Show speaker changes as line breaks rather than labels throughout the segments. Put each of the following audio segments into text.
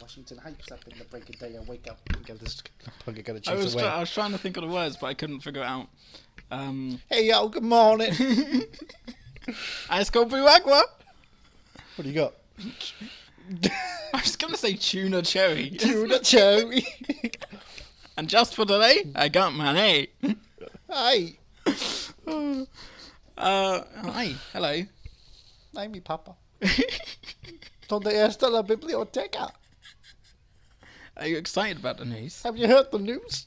Washington hypes up in the break of day. I wake up and get this bugger gonna
I was,
chase away.
try- I was trying to think of the words, but I couldn't figure it out. Um,
Hey yo, good morning.
ice cold brew agua.
what do you got?
I was gonna say tuna cherry,
Tuna cherry.
and just for today, I got my A.
Hi,
Uh, hi, hello.
I'm your papa. Donde está la biblioteca?
Are you excited about the news?
Have you heard the news?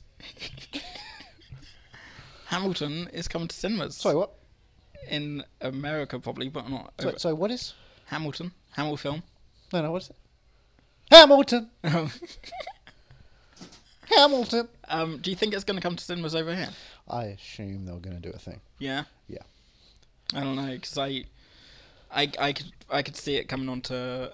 Hamilton is coming to cinemas.
Sorry, what?
In America, probably, but not over.
Sorry, sorry, what is?
Hamilton. Hamill film.
No, no, what is it? Hamilton.
um,
Hamilton.
Um, do you think it's going to come to cinemas over here?
I assume they're gonna do a thing.
Yeah.
Yeah.
I don't know because I, I, I could I could see it coming onto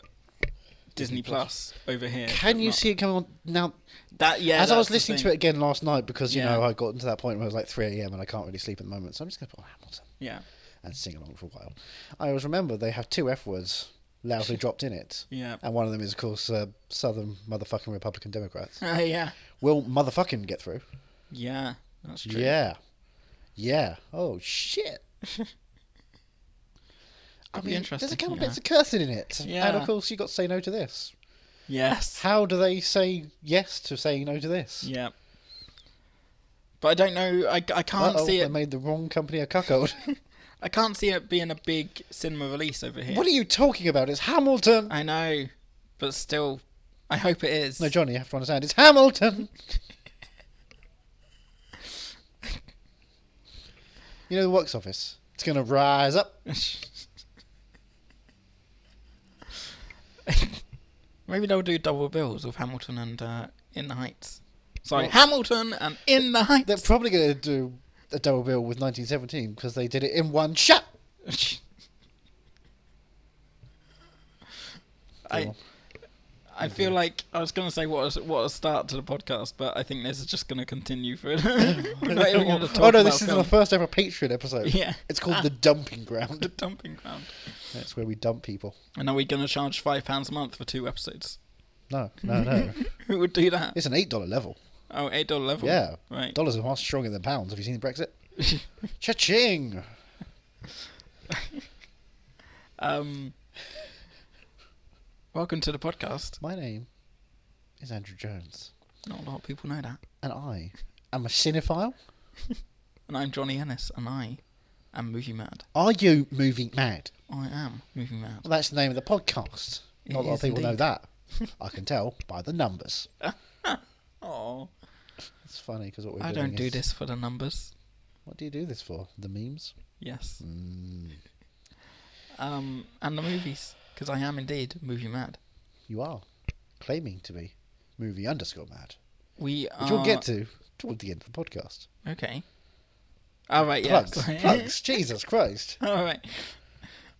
Disney Plus over here.
Can
but
you
not-
see it coming on now?
that? Yeah.
As I
that's
was
the
listening to
thing.
it again last night, because you
Yeah.
know I got into that point where it was like 3 a.m. and I can't really sleep at the moment, so I'm just gonna put on Hamilton.
Yeah.
and sing along for a while. I always remember they have two F words loudly dropped in it.
Yeah.
And one of them is, of course, uh, Southern motherfucking Republican Democrats.
Uh, yeah.
Will motherfucking get through?
Yeah. That's true.
Yeah. Yeah. Oh, shit.
That'd be interesting.
There's a couple
yeah.
bits of cursing in it. And
Yeah.
of course, you got to say no to this.
Yes.
How do they say yes to saying no to this?
Yeah. But I don't know. I, I can't
Uh-oh,
see
they
it.
made the wrong company a cuckold.
I can't see it being a big cinema release over here.
What are you talking about? It's Hamilton.
I know, but still, I hope it is.
No, Johnny, you have to understand. It's Hamilton. you know the works office. It's gonna rise up.
Maybe they'll do double bills of Hamilton and uh, In the Heights. Sorry, Hamilton and In the Heights.
They're probably gonna do a double bill with 1917 because they did it in one shot.
I, I feel like I was going to say what a, what a start to the podcast, but I think this is just going to continue for. We're not even gonna
oh
talk
no, this
about
is
film.
the first ever Patreon episode.
Yeah.
It's called the dumping ground.
the dumping ground.
That's where we dump people.
And are we going to charge five pounds a month for two episodes?
No, no, no.
Who would do that?
it's an eight dollar level.
Oh, eight dollar level.
Yeah.
Right.
Dollars are much stronger than pounds. Have you seen Brexit? Cha-ching.
Um. Welcome to the podcast.
My name is Andrew Jones,
Not a lot of people know that.
and I am a cinephile.
And I'm Johnny Ennis, and I am movie mad.
Are you movie mad?
I am movie mad.
Well, that's the name of the podcast.
It
Not a lot
is
of people know
indeed.
that. I can tell by the numbers.
Oh,
It's funny because what we're
I
doing
don't do
is-
this for the numbers.
What do you do this for? The memes?
Yes.
Mm.
Um, and the movies, because I am indeed movie mad.
You are claiming to be movie underscore mad,
We are.
which we'll get to toward the end of the podcast.
Okay. All right. Yeah.
Plugs,
sorry.
plugs. Jesus Christ!
All right.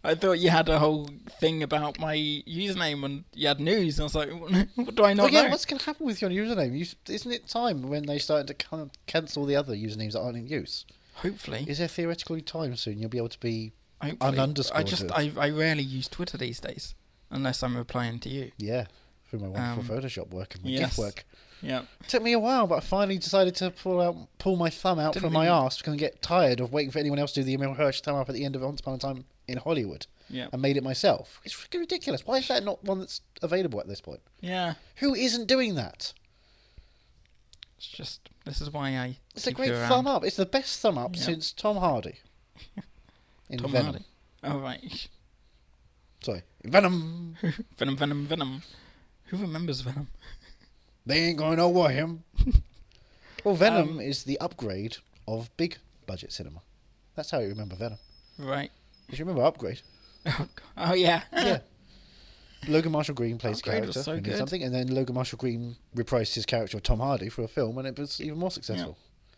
I thought you had a whole thing about my username and you had news. I was like, what do I
Oh
not
yeah,
know?
what's going to happen with your username? You, isn't it time when they started to can- cancel the other usernames that aren't in use?
Hopefully.
Is there theoretically time soon you'll be able to be?
Hopefully. I
ununderscored
just
it?
I, I rarely use Twitter these days unless I'm replying to you.
Yeah, through my wonderful
Um,
Photoshop work and my
yes.
GIF work.
Yeah.
Took me a while, but I finally decided to pull out, pull my thumb out
Didn't
from my
even-
arse because I get tired of waiting for anyone else to do the Emil Hirsch thumb up at the end of Once Upon a Time in Hollywood.
Yeah.
And made it myself. It's freaking ridiculous. Why is that not one that's available at this point?
Yeah.
Who isn't doing that?
It's just this is why I
It's
keep um,
a great
you around.
thumb up. It's the best thumb up
Yeah.
since Tom Hardy. In
Tom
Venom.
Hardy. All right.
Sorry. In Venom.
Venom, Venom, Venom. Who remembers Venom?
They ain't going nowhere him. well, Venom
Um,
is the upgrade of big budget cinema. That's how you remember Venom.
Right.
Did you remember Upgrade?
Oh, g- oh yeah.
yeah. Logan Marshall Green plays a
Upgrade was
character
so
who did
good.
something, and then Logan Marshall Green reprised his character of Tom Hardy for a film, and it was even more successful.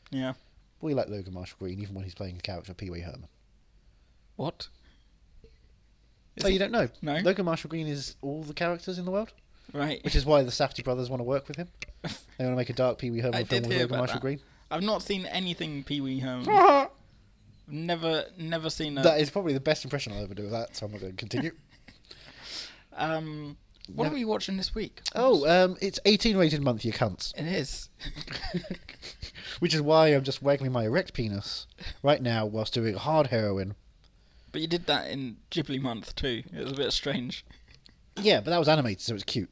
yeah.
We like Logan Marshall Green even when he's playing the character of Pee Wee Herman.
What? Is
oh,
he?
you don't know?
No.
Logan Marshall Green is all the characters in the world,
Right.
which is why the Safety brothers want to work with him. They want to make a dark Pee Wee
I
Herman film
did
with
hear
Logan
about
Marshall
that.
Green.
I've not seen anything Pee Wee Herman.
that
never, never seen a.
is probably the best impression I'll ever do of that, so I'm not going to continue.
um, what
Never-
are we watching this week?
oh, um, it's 18 rated month, you cunts.
it is.
Which is why I'm just waggling my erect penis right now whilst doing hard heroin.
but you did that in Ghibli month too. It was a bit strange.
Yeah, but that was animated, so it was cute.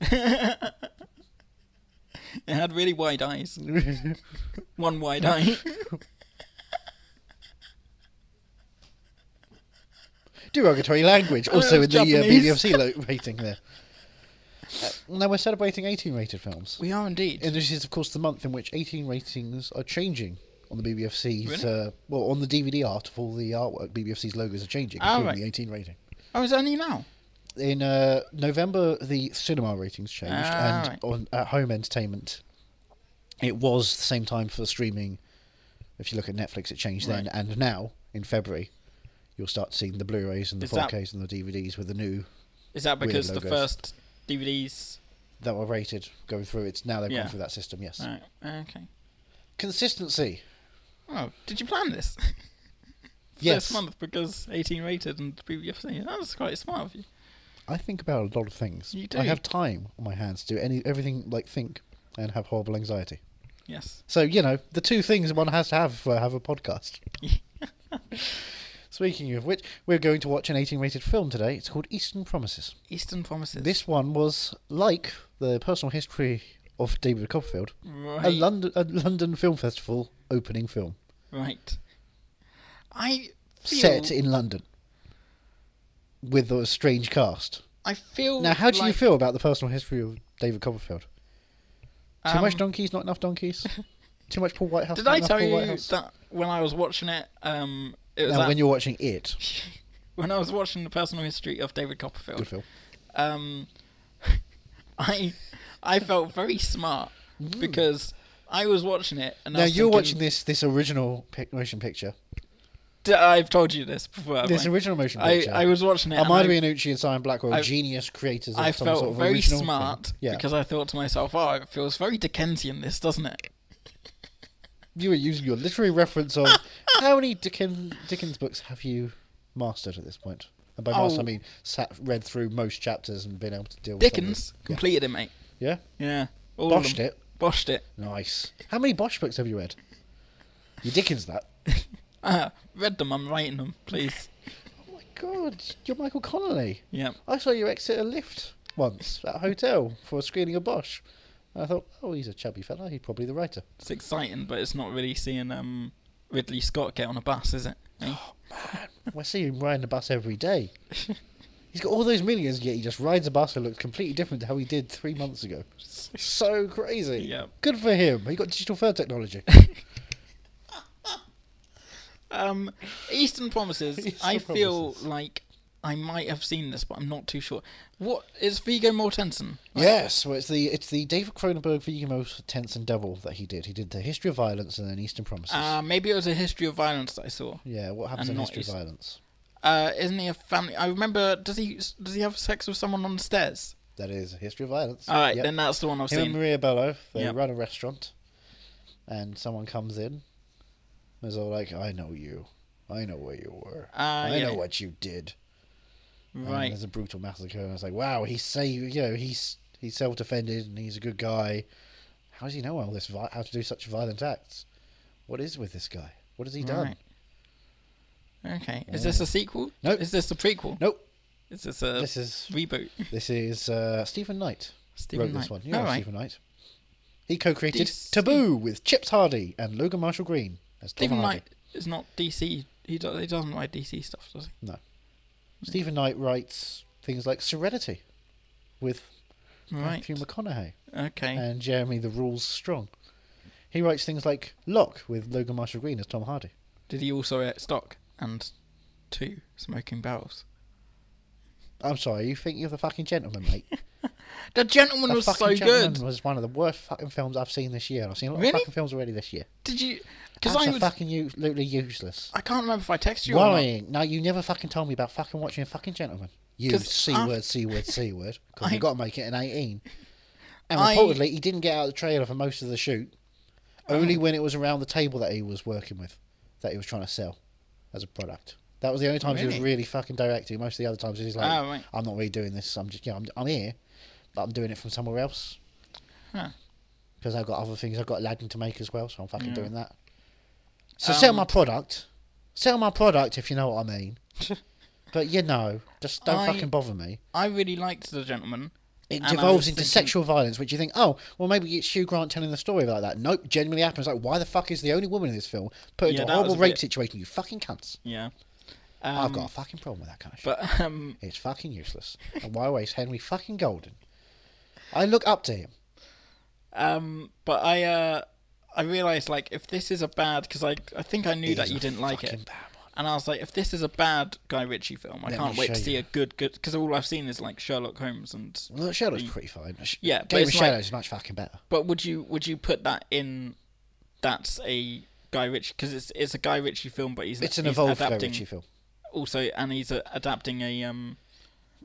It had really wide eyes. One wide eye.
Derogatory language,
Oh,
also in
it's
the uh,
Japanese.
BDFC lo- rating there. Uh, now we're celebrating 18 rated films.
we are indeed.
And this is, of course, the month in which 18 ratings are changing on the BBFC's,
Really?
uh, well, on the DVD art of all the artwork, BBFC's logos are changing,
Ah,
including
right.
the 18 rating.
oh, it's only now.
In uh, November, the cinema ratings changed,
Ah,
and
right.
on at home entertainment, it was the same time for streaming. If you look at Netflix, it changed then, and now in February, you'll start seeing the Blu-rays and the
Is that-
4Ks and the DVDs with the new
Is that
Weird
because the
logos.
first DVDs?
that were rated going through. It's now they've
Yeah.
gone through that system. Yes,
Right. Okay.
consistency.
Oh, did you plan this?
Yes.
This month because 18 rated and BBFC. That was quite smart of you.
I think about a lot of things.
You
I
do.
have time on my hands to do any everything like think and have horrible anxiety.
Yes.
So you know the two things one has to have for have a podcast. Speaking of which, we're going to watch an 18-rated film today. It's called Eastern Promises.
Eastern Promises.
This one was like the personal history of David Copperfield,
right.
a London a London Film Festival opening film
right. I feel,
set in London with a strange cast.
I feel.
Now, how do you
like,
feel about the personal history of David Copperfield? Too
um,
much donkeys, not enough donkeys. Too much Paul Whitehouse.
Did
not
I
enough
tell
Paul
you
Whitehouse?
that when I was watching it? Um, it was
Now,
that-
when you're watching it,
when I was watching the personal history of David Copperfield.
good film.
um, I I felt very smart because I was watching it and I
Now
was
you're
thinking-
watching this this original pic- motion picture.
D- I've told you this before. haven't
This
I?
original motion
I,
picture.
I was watching it. and
Amada
I,
Iannucci and Simon Blackwell,
I-
genius creators of
I
some
felt
sort of
very
original thing.
smart
Yeah,
because I thought to myself, "Oh, it feels very Dickensian, this doesn't it?"
you were using your literary reference of how many Dickens Dickens books have you mastered at this point? And by master,
Oh.
I mean sat read through most chapters and been able to deal with some of
Dickens
it. Yeah.
completed it, mate.
yeah,
Yeah, all of
boshed
them.
it.
Boshed it.
Nice. How many Bosch books have you read? You Dickens that.
Uh, read them. I'm writing them, please.
Oh my god, you're Michael Connolly.
Yeah.
I saw you exit a lift once at a hotel for a screening of Bosch. And I thought, oh, he's a chubby fella. He's probably the writer.
It's exciting, but it's not really seeing um, Ridley Scott get on a bus, is it? Eh?
We're seeing him riding a bus every day. He's got all those millions, yet he just rides a bus and looks completely different to how he did three months ago. So crazy.
Yep.
Good for him. He got digital fur technology.
Um, Eastern Promises.
Eastern
I feel
Promises.
like I might have seen this, but I'm not too sure. What is Vigo Mortensen?
yes, well, it's the it's the David Cronenberg Viggo Tense and Devil that he did. He did the History of Violence and then Eastern Promises.
Uh, maybe it was a History of Violence that I saw.
yeah, what happens
and
in
not
History of
East-
Violence?
Uh, isn't he a family? I remember. Does he does he have sex with someone on the stairs?
That is a History of Violence.
All right,
Yep.
then that's the one I've
Him and
seen.
Maria Bello, they
Yep.
run a restaurant, and someone comes in. And is all like, "I know you, I know where you were,
Ah,
I
yeah.
know what um, you did." And then
Right.
there's a brutal massacre, and it's like, "Wow, he's saved. You know, he's he's self-defended, and he's a good guy. How does he know all this? Vi- how to do such violent acts? What is with this guy? What has he done?"
Right. Okay. Is this a sequel?
Nope.
Is this a prequel?
Nope.
Is this a
This is
reboot?
this is uh, Stephen Knight
Stephen
wrote
Knight.
this one. Yeah,
All right.
Stephen Knight. He co-created
DC.
Taboo with Chips Hardy and Logan Marshall Green as Tom
Stephen
Hardy.
Knight is not DC. He, do, he doesn't write DC stuff, does he?
No. Stephen Knight writes things like Serenity with
Right.
Matthew McConaughey
Okay.
and Jeremy the Rules Strong. He writes things like Locke with Logan Marshall Green as Tom Hardy.
Did he also at stock and two smoking barrels?
I'm sorry, you think you're the fucking gentleman, mate?
The gentleman
The
was so
fucking gentleman
good.
was one of the worst fucking films I've seen this year. and I've seen a lot
Really?
of fucking films already this year.
Did you? Because
Because
I
I'm
was.
fucking u- absolutely useless.
I can't remember if I texted you. Or not.
Worrying. Now you never fucking told me about fucking watching a fucking gentleman. You
'Cause
c
I've-
word, c word, c word. Because
I-
you've got to make it an eighteen. And
I-
reportedly, he didn't get out of the trailer for most of the shoot. Only when it was around the table that he was working with, that he was trying to sell as a product. That was the only times he was
Really?
really fucking directing. Most of the other times he's like,
Ah, right.
"I'm not really doing this. I'm just, yeah, I'm, I'm here, but I'm doing it from somewhere else."
Huh.
Because I've got other things I've got Aladdin to make as well, so I'm fucking doing that. So
Mm. Um,
sell my product, sell my product if you know what I mean. but you know, just don't
I-
fucking bother me.
I really liked the gentleman.
It
and I was
devolves into
thinking-
sexual violence, which you think, oh, well, maybe it's Hugh Grant telling the story like that. Nope, genuinely happens. Like, why the fuck is the only woman in this film put into
Yeah,
a
that
horrible
was a
rape
bit-
situation? You fucking cunts.
Yeah.
I've
Um,
got a fucking problem with that kind of shit.
But um,
It's fucking useless. And why waste Henry fucking Golden? I look up to him.
um, but I uh, I realized like if this is a bad because I I think I knew that
He's
you
a
didn't like
fucking
it.
bad one.
And I was like, if this is a bad Guy Ritchie film, I
Let
can't
me
wait to
show
see
you.
a good, good. Because all I've seen is like Sherlock Holmes and.
Well, Shadow's pretty fine. Sh-
Yeah, but
Game of
it's like-
Shadows is much fucking better.
But would you would you put that in? That's a Guy Ritchie because it's it's a Guy Ritchie film, but he's
It's an
he's
evolved Guy
adapting
Ritchie film.
also, and he's uh adapting a um.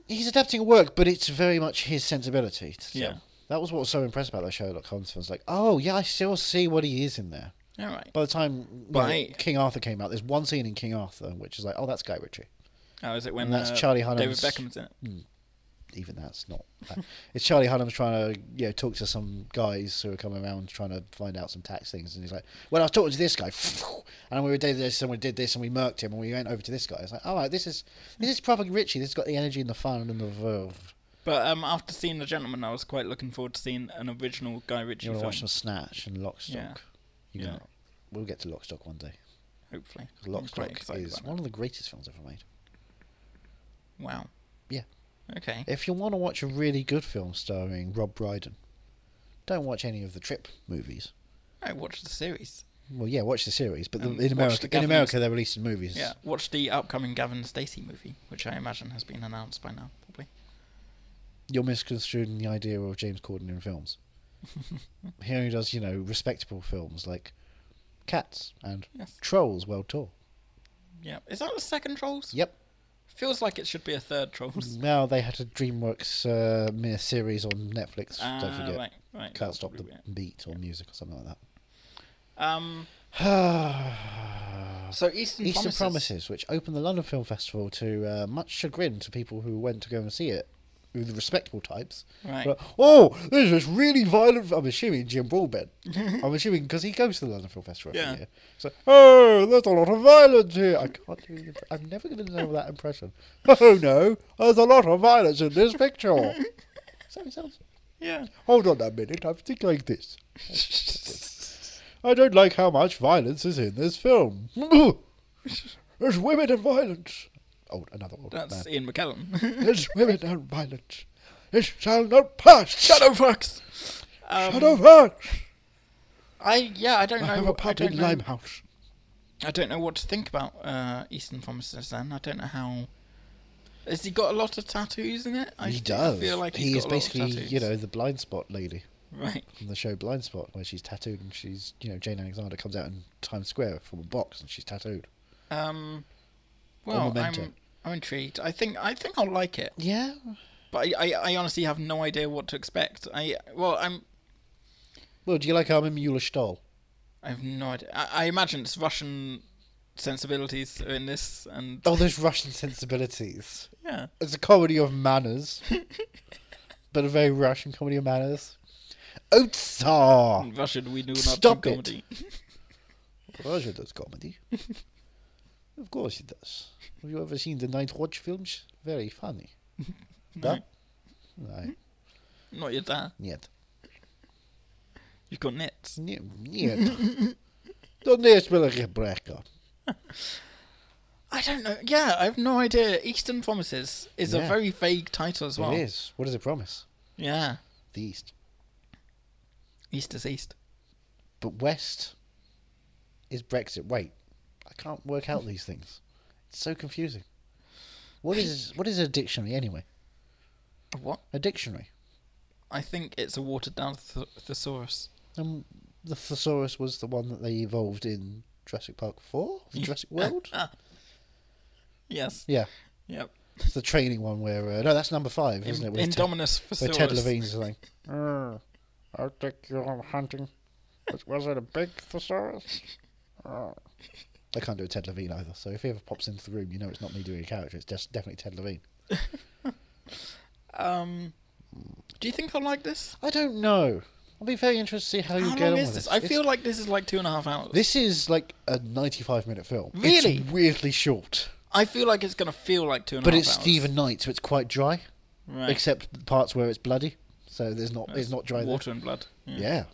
He's adapting a work, but it's very much his sensibility. to
Yeah.
tell. That was what was so impressed about those Sherlock Holmes films. Like, oh, yeah, I still see what he is in there.
All right.
By the time you know,
Right.
King Arthur came out, there's one scene in King Arthur which is like, oh, that's Guy Ritchie.
Oh, is it when
And that's
uh,
Charlie
David
Hunnam's- Mm.
Beckham's in it?
Even that's not. that. it's Charlie Hunnam's trying to you know, talk to some guys who are coming around trying to find out some tax things, and he's like, "Well, I was talking to this guy, and we were doing this, and we did this, and we murked him, and we went over to this guy." It's like, "All right, this is this is proper Ritchie. This has got the energy and the fun and the verve."
But um, after seeing The Gentleman, I was quite looking forward to seeing an original Guy Ritchie
You want to
film.
watch some Snatch and Lockstock?
Yeah.
You're
Yeah.
gonna, we'll get to Lockstock one day.
Hopefully, I'm quite
Lockstock
excited
is
about
one of the greatest films ever made.
that. Wow.
Yeah.
Okay.
If you want to watch a really good film starring Rob Brydon, don't watch any of the Trip movies.
I watched the series.
Well, yeah, watch the series, but the,
And watch
in America,
the
in
government-
America, they're releasing movies.
Yeah. Watch the upcoming Gavin Stacey movie, which I imagine has been announced by now, probably.
You're misconstruing the idea of James Corden in films. he only does, you know, respectable films like Cats and
Yes.
Trolls World Tour.
Yeah. Is that the second Trolls?
Yep.
Feels like it should be a third Trolls.
Now they had a DreamWorks uh, mini series on Netflix. don't
Ah,
forget.
Right, right.
Can't
that's
stop the
probably it.
beat or music or something like that.
Um,
Eastern
so Eastern, Promises.
Promises, which opened the London Film Festival to uh, much chagrin to people who went to go and see it, who were the respectable types.
Right.
Were like, oh, there's this really violent. I'm assuming Jim Broadbent. I'm assuming because he goes to the London Film Festival
Yeah.
every year. So, oh, there's a lot of violence here. I can't do. The, I'm never going to know that impression. Oh no, there's a lot of violence in this picture. so he sounds.
Yeah.
Hold on a minute, I'm thinking like this. I don't like how much violence is in this film. There's women and violence. Oh, another old
That's
man.
Ian McKellen.
There's women and violence. It shall not pass. Shut
Shadow Fox. Um,
Shut up, man.
I yeah, I don't
I
know.
have a pub
I
in
don't know,
Limehouse.
I don't know what to think about uh, Eastern Promises. Then I don't know how. Has he got a lot of tattoos in it? I
he
f-
does.
I feel like
he
he's
is
got a lot of
basically, you
tattoos.
know, the blind spot lady
Right.
from the show Blind Spot, where she's tattooed and she's, you know, Jane Alexander comes out in Times Square from a box and she's tattooed.
Um.
Or
Well,
Memento.
I'm I'm intrigued. I think I think I'll like it,
Yeah.
but I, I, I honestly have no idea what to expect. I well I'm
Well, do you like Armin Mueller Stahl?
I have no idea. I, I imagine it's Russian sensibilities are in this, and
Oh, those Russian sensibilities.
yeah,
It's a comedy of manners, but a very Russian comedy of manners. Otsar!
in Russian we do not do
Oh. Stop it.
comedy.
Roger does comedy. of course he does. Have you ever seen the Night Watch films? Very funny. no? No,
Not your dad.
yet.
You've got nits.
Nee, yet. Dan eerst wil ik gebreken.
I don't know. Yeah, I have no idea. Eastern Promises is a
Yeah.
very vague title as well.
It is. What does it promise?
Yeah,
The East.
East is East.
But West is Brexit. Wait, I can't work out these things. It's so confusing. What is what is a dictionary anyway?
A What?
A dictionary.
I think it's a watered down th- thesaurus.
Um, the thesaurus was the one that they evolved in Jurassic Park Four, Jurassic World.
yes.
Yeah,
Yep.
It's the training one where uh, no, that's number five, isn't it?
In,
Where Ted-
Indominus
where Ted
Thesaurus.
Levine's like, Uh,
Mm, I think you're all hunting. Was- Was it a big thesaurus? Uh,
I can't do a Ted Levine either. So if he ever pops into the room, you know it's not me doing a character. It's just definitely Ted Levine.
Um, do you think I'll like this?
I don't know. I'll be very interested to see how you
How
get on
long is
with
this?
this.
I
It's-
feel like this is like two and a half hours.
this is like a 95 minute film.
Really?
It's weirdly short.
I feel like it's gonna feel like two and a
But
half
it's
hours.
Stephen Knight, so it's quite dry,
Right.
except the parts where it's bloody. So there's not it's not dry there.
Water and blood. Hmm.
Yeah.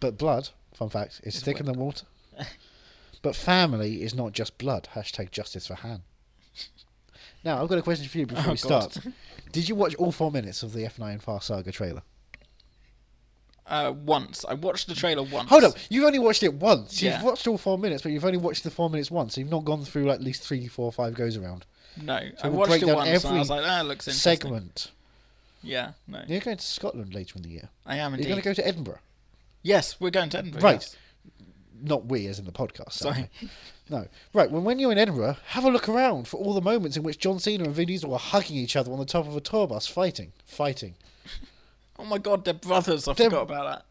But blood, fun fact, is thicker than water. but family is not just blood. Hashtag justice for Han. Now, I've got a question for you before
Oh,
we
God.
start. Did you watch all four minutes of the F9 Far Saga trailer?
Uh, once I watched the trailer once.
Hold up, you've only watched it once.
Yeah.
You've watched all four minutes, but you've only watched the four minutes once. So you've not gone through like at least three, four, five goes around.
No, I
we'll
watched
break
it
down
once. and I
every
was like, ah, it looks interesting.
Segment.
Yeah. No.
You're going to Scotland later in the year.
I am
You're
indeed.
going to go to Edinburgh.
Yes, we're going to Edinburgh.
Right.
yes.
Not we, as in the podcast.
Sorry.
certainly. No. Right. Well, when you're in Edinburgh, have a look around for all the moments in which John Cena and Vin Diesel are hugging each other on the top of a tour bus, fighting, fighting.
Oh my God, they're brothers. I
They're-
forgot about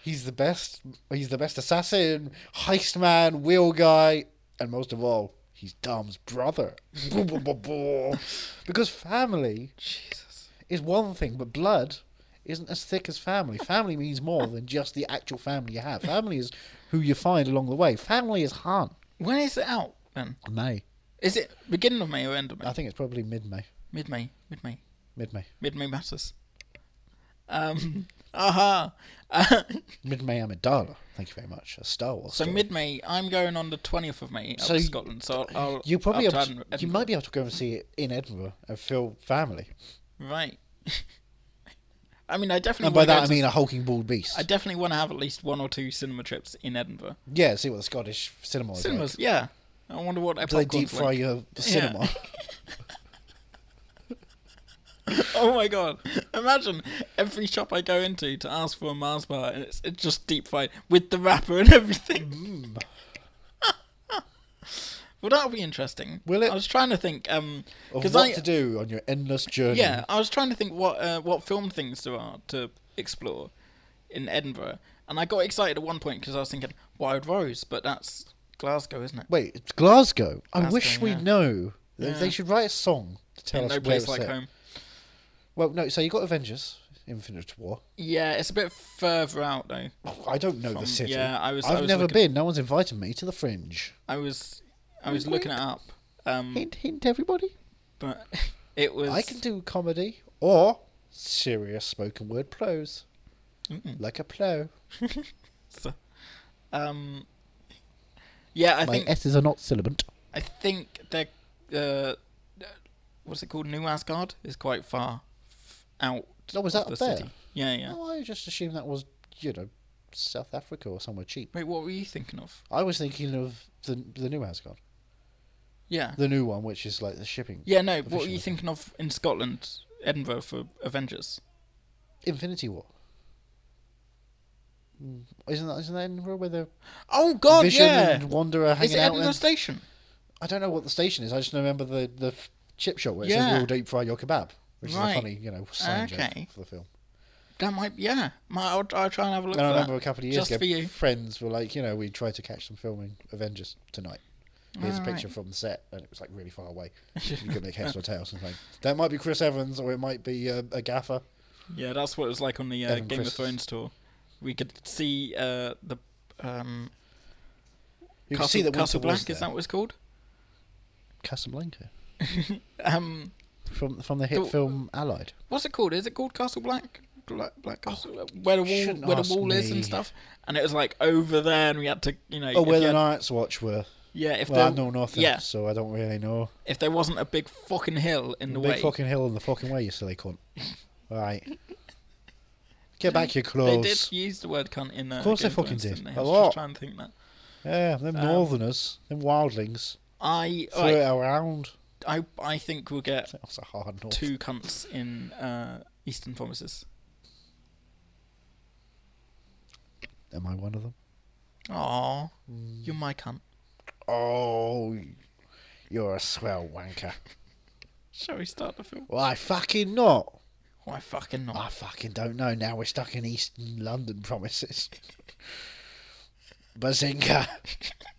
He's the best. He's the best assassin, heist man, wheel guy, and most of all, he's Dom's brother. Boo, boo, boo, boo. because family
that. Jesus.
is one thing, but blood isn't as thick as family. Family means more than just the actual family you have. Family is who you find along the way. Family is Han.
When is it out? Then
May.
is it beginning of May or end of May?
I think it's probably mid-May.
Mid May. Mid May.
Mid-May.
Mid May matters. Um. Aha. Uh,
Mid May Amidala. Thank you very much. A Star Wars.
so
story.
mid May, I'm going on the 20th of May up to
So you-
Scotland. So I'll. I'll
you probably
up to
able to-
Edinburgh-
you might be able to go and see it in Edinburgh and feel family.
Right. I mean, I definitely.
And by
wanna go
that I
to-
mean a hulking bald beast.
I definitely want to have at least one or two cinema trips in Edinburgh.
yeah, see what the Scottish cinema is.
Cinemas, yeah. I wonder what
Like. Do they deep fry
like.
your cinema?
Oh my god! Imagine every shop I go into to ask for a Mars bar, and it's it's just deep fried with the wrapper and everything. well, that'll be interesting.
Mm. Will it?
I was trying to think. Um,
Of
because
what
I
to do on your endless journey.
yeah, I was trying to think what uh, what film things there are to explore in Edinburgh, and I got excited at one point because I was thinking Wild Rose, but that's Glasgow, isn't it?
Wait, it's Glasgow. I
Glasgow,
wish we'd
yeah.
know. They,
Yeah.
they should write a song to tell
In
us
no
where
place
it's
like
set.
home.
Well, no. So you got Avengers: Infinite War.
Yeah, it's a bit further out though.
I don't know
From-
the city.
yeah, I was- I
I've
was
never
looking-
been. No one's invited me to the Fringe.
I was I was looking it up, um,
Hint, hint, everybody.
but it was
I can do comedy or serious spoken word prose, like a plow.
um, yeah. I
My
think
s's are not sibilant.
I think they're uh, what's it called? New Asgard is quite far f- out.
Oh, was
of
that
the
up there?
city. Yeah, yeah.
Oh, I just assumed that was you know South Africa or somewhere cheap.
Wait, what were you thinking of?
I was thinking of the the new Asgard,
Yeah,
the new one, which is like the shipping
yeah. No, what were
Officially.
you thinking of in Scotland, Edinburgh for Avengers?
Infinity War. Mm, Isn't that isn't that Edinburgh where the
Oh God,
Vision
yeah.
and Wanderer
Is
hanging
it
out?
Edinburgh
in?
Station?
I don't know what the station is. I just remember the the f- chip shop where it
Yeah.
says "We'll deep fry your kebab," which is
Right.
a funny you know sign
Okay.
joke for the film.
That might, yeah. My, I'll, I'll try and have a look.
And I
for
remember
that.
a couple of years
just
ago,
for you.
friends were like, you know, we tried to catch them filming Avengers tonight. Here's a
Alright.
picture from the set, and it was like really far away. you couldn't make heads or tails. And like, that might be Chris Evans, or it might be uh, a gaffer.
Yeah, that's what it was like on the uh,
Evan
Game
Chris.
of Thrones tour. We could see uh, the um, Castle,
You can see that
Castle
Winter was
Black. Is
there.
that what it's called?
Casablanca
Um,
from from the hit
The-
film Allied.
what's it called? Is it called Castle Black? Black, Black Castle, uh, where the wall,
shouldn't
where the
ask
wall is
me.
and stuff. And it was like over there, and we had to, you know,
Oh,
if
where
you
the
had-
Night's Watch were.
yeah, if
Well, I
there,
know nothing,
yeah.
so I don't really know.
if there wasn't a big fucking hill in the
Big
way,
fucking hill in the fucking way, you silly cunt. Right. Get back your
they
clothes.
did use the word "cunt" in. Uh,
Of course they
Game
fucking
Thrones,
did.
didn't they? I
A
was
lot.
Just trying to think that.
Yeah, them
Um,
northerners, them wildlings,
I,
threw
I,
it around.
I, I think we'll get
That was a hard north.
two cunts in uh, Eastern Promises.
Am I one of them?
Aw, you're my cunt.
Oh, you're a swell wanker.
Shall we start the film? Ah,
Why fucking not?
Why fucking not?
I fucking don't know. Now we're stuck in East London promises. Bazinga!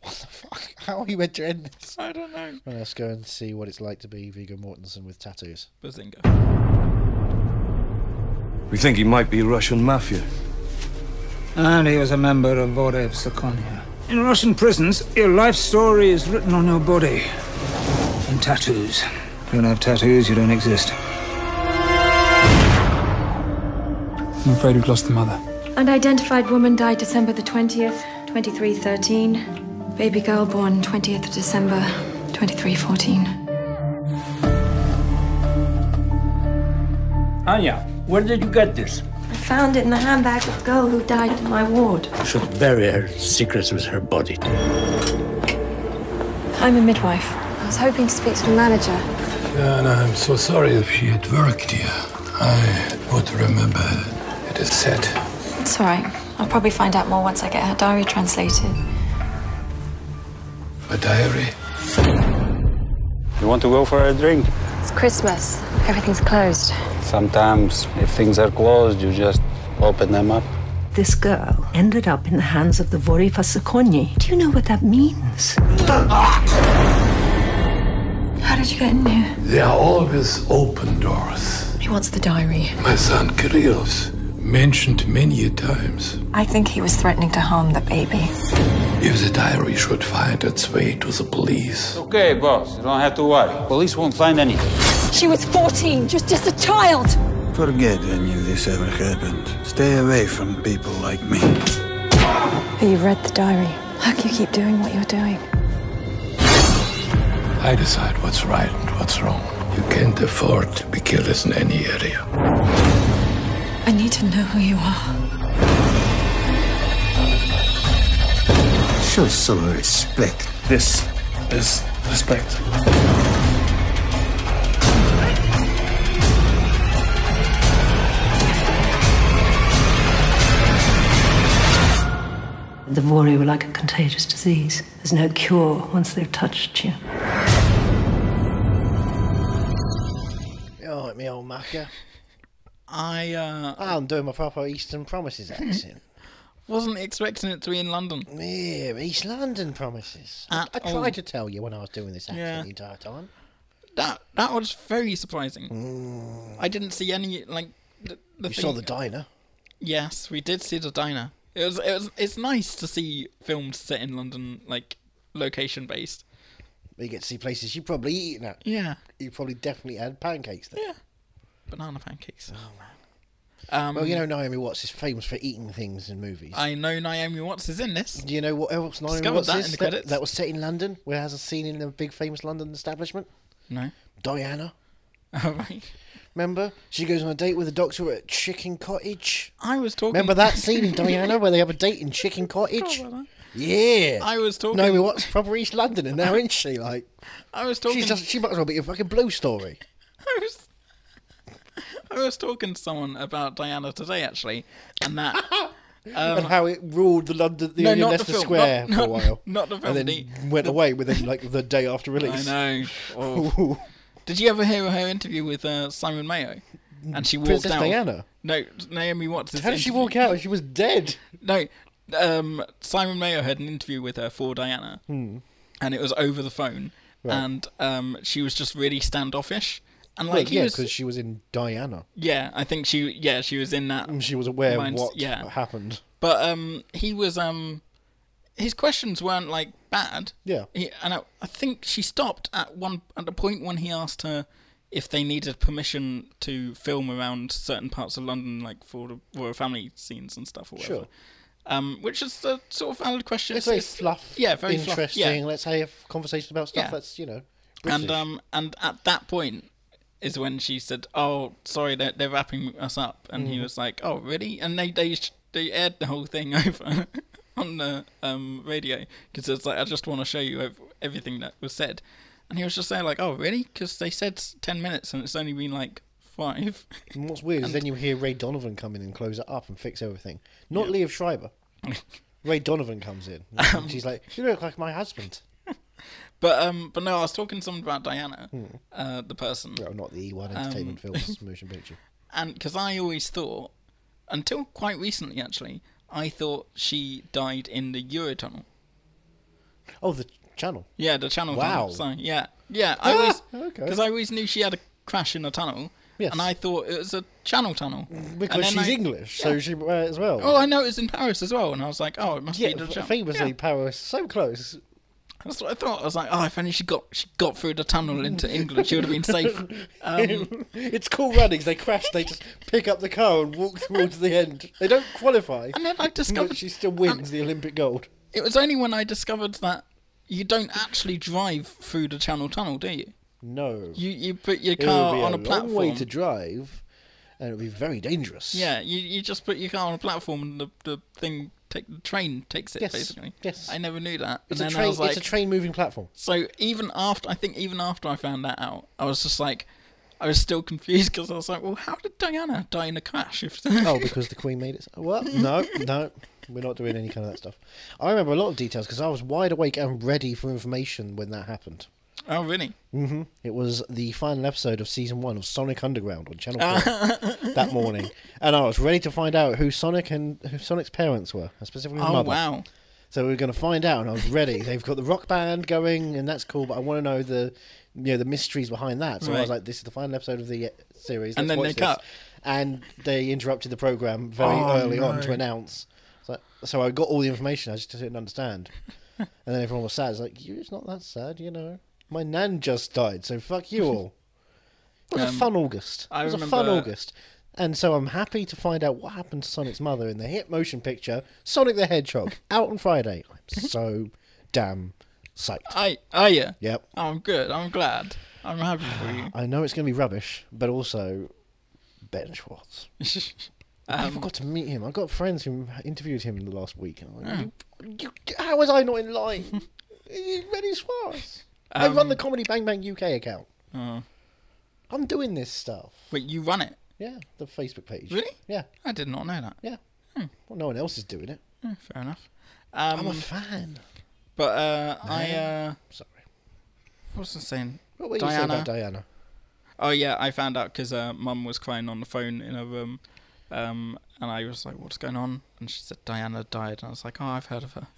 what the fuck? How are you meant to end this?
I don't know.
Well, let's go and see what it's like to be Viggo Mortensen with tattoos.
Bazinga.
We think he might be Russian mafia.
And he was a member of Vorev Sokonia. In Russian prisons, your life story is written on your body. In tattoos. If you don't have tattoos, you don't exist.
I'm afraid we've lost the mother.
Unidentified woman died December the 20th, 2313. Baby girl born 20th of December, 2314.
Anya, where did you get this?
I found it in the handbag of the girl who died in my ward.
Should bury her secrets with her body.
I'm a midwife. I was hoping to speak to the manager.
And I'm so sorry if she had worked here. I would remember it is said.
It's all right. I'll probably find out more once I get her diary translated.
A diary.
You want to go for a drink?
It's Christmas. Everything's closed.
Sometimes, if things are closed, you just open them up.
This girl ended up in the hands of the Vorefa Sokonyi. Do you know what that means?
How did you get in here?
There are always open doors.
He wants the diary.
My son Kirillov mentioned many a times
I think he was threatening to harm the baby.
if the diary should find its way to the police.
Okay, boss, you don't have to worry. Police won't find anything.
She was 14, just just a child.
Forget any of this ever happened. Stay away from people like me.
But you've read the diary. How can you keep doing what you're doing?
I decide what's right and what's wrong. You can't afford to be careless in any area.
I need to know who you are.
Show some respect.
This is respect.
The Vore were like a contagious disease. There's no cure once they've touched you.
All right, Oh, me old macker.
I uh,
I'm doing my proper Eastern Promises accent.
wasn't expecting it to be in London.
yeah, East London promises. I,
At
I
all.
tried to tell you when I was doing this accent
Yeah.
the entire time.
That that was very surprising. I didn't see any like the, the
Mm. You
thing.
saw the diner.
yes, we did see the diner. It was it was it's nice to see films set in London, like location based.
You get to see places you probably eaten at.
Yeah,
You probably definitely had pancakes there.
yeah. Banana pancakes. Oh man. Um,
Well, you know Naomi Watts is famous for eating things in movies.
I know Naomi Watts is in this.
Do you know what else Naomi
Discovered
Watts
that
is?
in the
that,
credits.
that was set in London, where it has a scene in a big famous London establishment.
No.
Diana,
All right.
remember? She goes on a date with the doctor at Chicken Cottage.
I was talking.
Remember that scene in Diana where they have a date in Chicken
Oh,
Cottage? Yeah.
I was talking.
Naomi Watts, proper East Londoner now, isn't she? Like,
I was talking.
she's just, she might as well be a fucking blue story.
I was, I was talking to someone about Diana today, actually, and that
and how it ruled the London, the
Um, No, not the
Leicester
film,
Square
not-
for a
not-
while,
not the film,
and then
the-
went away within like the day after
I
release.
know. Oh. Did you ever hear her interview with uh, Simon Mayo? And she walked
Princess
out.
Diana?
No, Naomi Watts.
How did she walk out? She was dead.
No, um, Simon Mayo had an interview with her for Diana,
Hmm.
and it was over the phone, and um, she was just really standoffish. And like
Well,
he
yeah,
was,
because she was in Diana.
yeah, I think she, yeah, she was in that.
Mm, She was aware of
Mine's-
what
yeah.
happened.
But um, he was um, his questions weren't like bad.
Yeah.
He, and I, I think she stopped at one at the point when he asked her if they needed permission to film around certain parts of London, like for the royal family scenes and stuff or whatever.
Sure.
Um, which is a sort of valid question.
It's very fluff.
Yeah, very fluff,
interesting.
yeah.
Let's have conversations about stuff
Yeah.
that's you know. British.
And um, and at that point is when she said, "Oh, sorry, they're, they're wrapping us up," and he was like, "Oh, really?" And they they sh- they aired the whole thing over on the um radio because it's like I just want to show you ev- everything that was said, and he was just saying like, "Oh, really?" Because they said s- ten minutes and it's only been like five.
And what's weird is then you hear Ray Donovan come in and close it up and fix everything. Not Liev
Um,
Schreiber. Ray Donovan comes in. and she's like, "You look like my husband."
But um, but no, I was talking to someone about Diana, uh, the person.
No, not the E1
Um,
Entertainment Films motion picture.
and because I always thought, until quite recently actually, I thought she died in the Eurotunnel.
Oh, the channel.
Yeah, the channel.
Wow. Ah,
Tunnel. So yeah, yeah. I always
okay.
because I always knew she had a crash in a tunnel,
Yes. Mm,
and I thought it was a channel tunnel And
Because
then
she's
I-
English,
Yeah.
so she uh, as well.
Oh, I know it was in Paris as well, and I was like, oh, it must
yeah,
be the
f-
channel.
famously
Yeah.
Paris, so close.
That's what I thought. I was like, oh, if only she got she got through the tunnel into England, she would have been safe. Um,
it's cool runnings. They crash. They just pick up the car and walk towards the end. They don't qualify.
And then I discovered-
But she still wins the Olympic gold.
It was only when I discovered that you don't actually drive through the Channel Tunnel, do you?
No.
You you put your
It would
car
be
on
a
a, platform.
long way to drive, and it would be very dangerous.
Yeah, you, you just put your car on a platform and the, the thing take the train takes it
Yes,
basically.
yes.
I never knew that.
It's
and
a
then I
train.
was like,
it's a train moving platform.
So even after I think even after I found that out, I was just like I was still confused because I was like, well, how did Diana die in a crash? If
oh, because the Queen made it. What? No, no, we're not doing any kind of that stuff. I remember a lot of details because I was wide awake and ready for information when that happened.
oh really?
hmm It was the final episode of season one of Sonic Underground on Channel Four that morning, and I was ready to find out who Sonic and who Sonic's parents were, specifically his
Oh,
mother.
wow.
So we are going to find out, and I was ready. They've got the rock band going, and that's cool. But I want to know the, you know, the mysteries behind that. So I was
Right.
like, "This is the final episode of the uh, series."
And
let's
then
watch
they
this.
cut.
and they interrupted the program very
Oh,
early on to
no.
announce. So, so I got all the information. I just didn't understand. and then everyone was sad. It's like, "You, it's not that sad, you know. My nan just died, so fuck you all." It was
Um,
a fun August.
I
it was a fun
remember-
August. And so I'm happy to find out what happened to Sonic's mother in the hit motion picture Sonic the Hedgehog out on Friday. I'm so damn psyched.
I are you?
Yep.
Oh, I'm good. I'm glad. I'm happy for you.
I know it's going to be rubbish, but also Ben Schwartz. I
Um,
forgot to meet him. I've got friends who interviewed him in the last week. And I'm like,
Hmm.
you, you, how was I not in line? Ben Schwartz. I run
Um,
the Comedy Bang Bang UK account.
Oh.
I'm doing this stuff.
Wait, you run it?
Yeah, the Facebook page.
Really? Hmm.
Yeah.
I did not know that.
Yeah. Well, no one else is doing it.
Oh, fair enough. Um,
I'm a fan.
But uh, I uh,
Sorry.
what was I saying?
What were you saying about Diana?
Oh yeah, I found out because uh, mum was crying on the phone in her room, um, and I was like, "What's going on?" And she said, "Diana died." And I was like, "Oh, I've heard of her."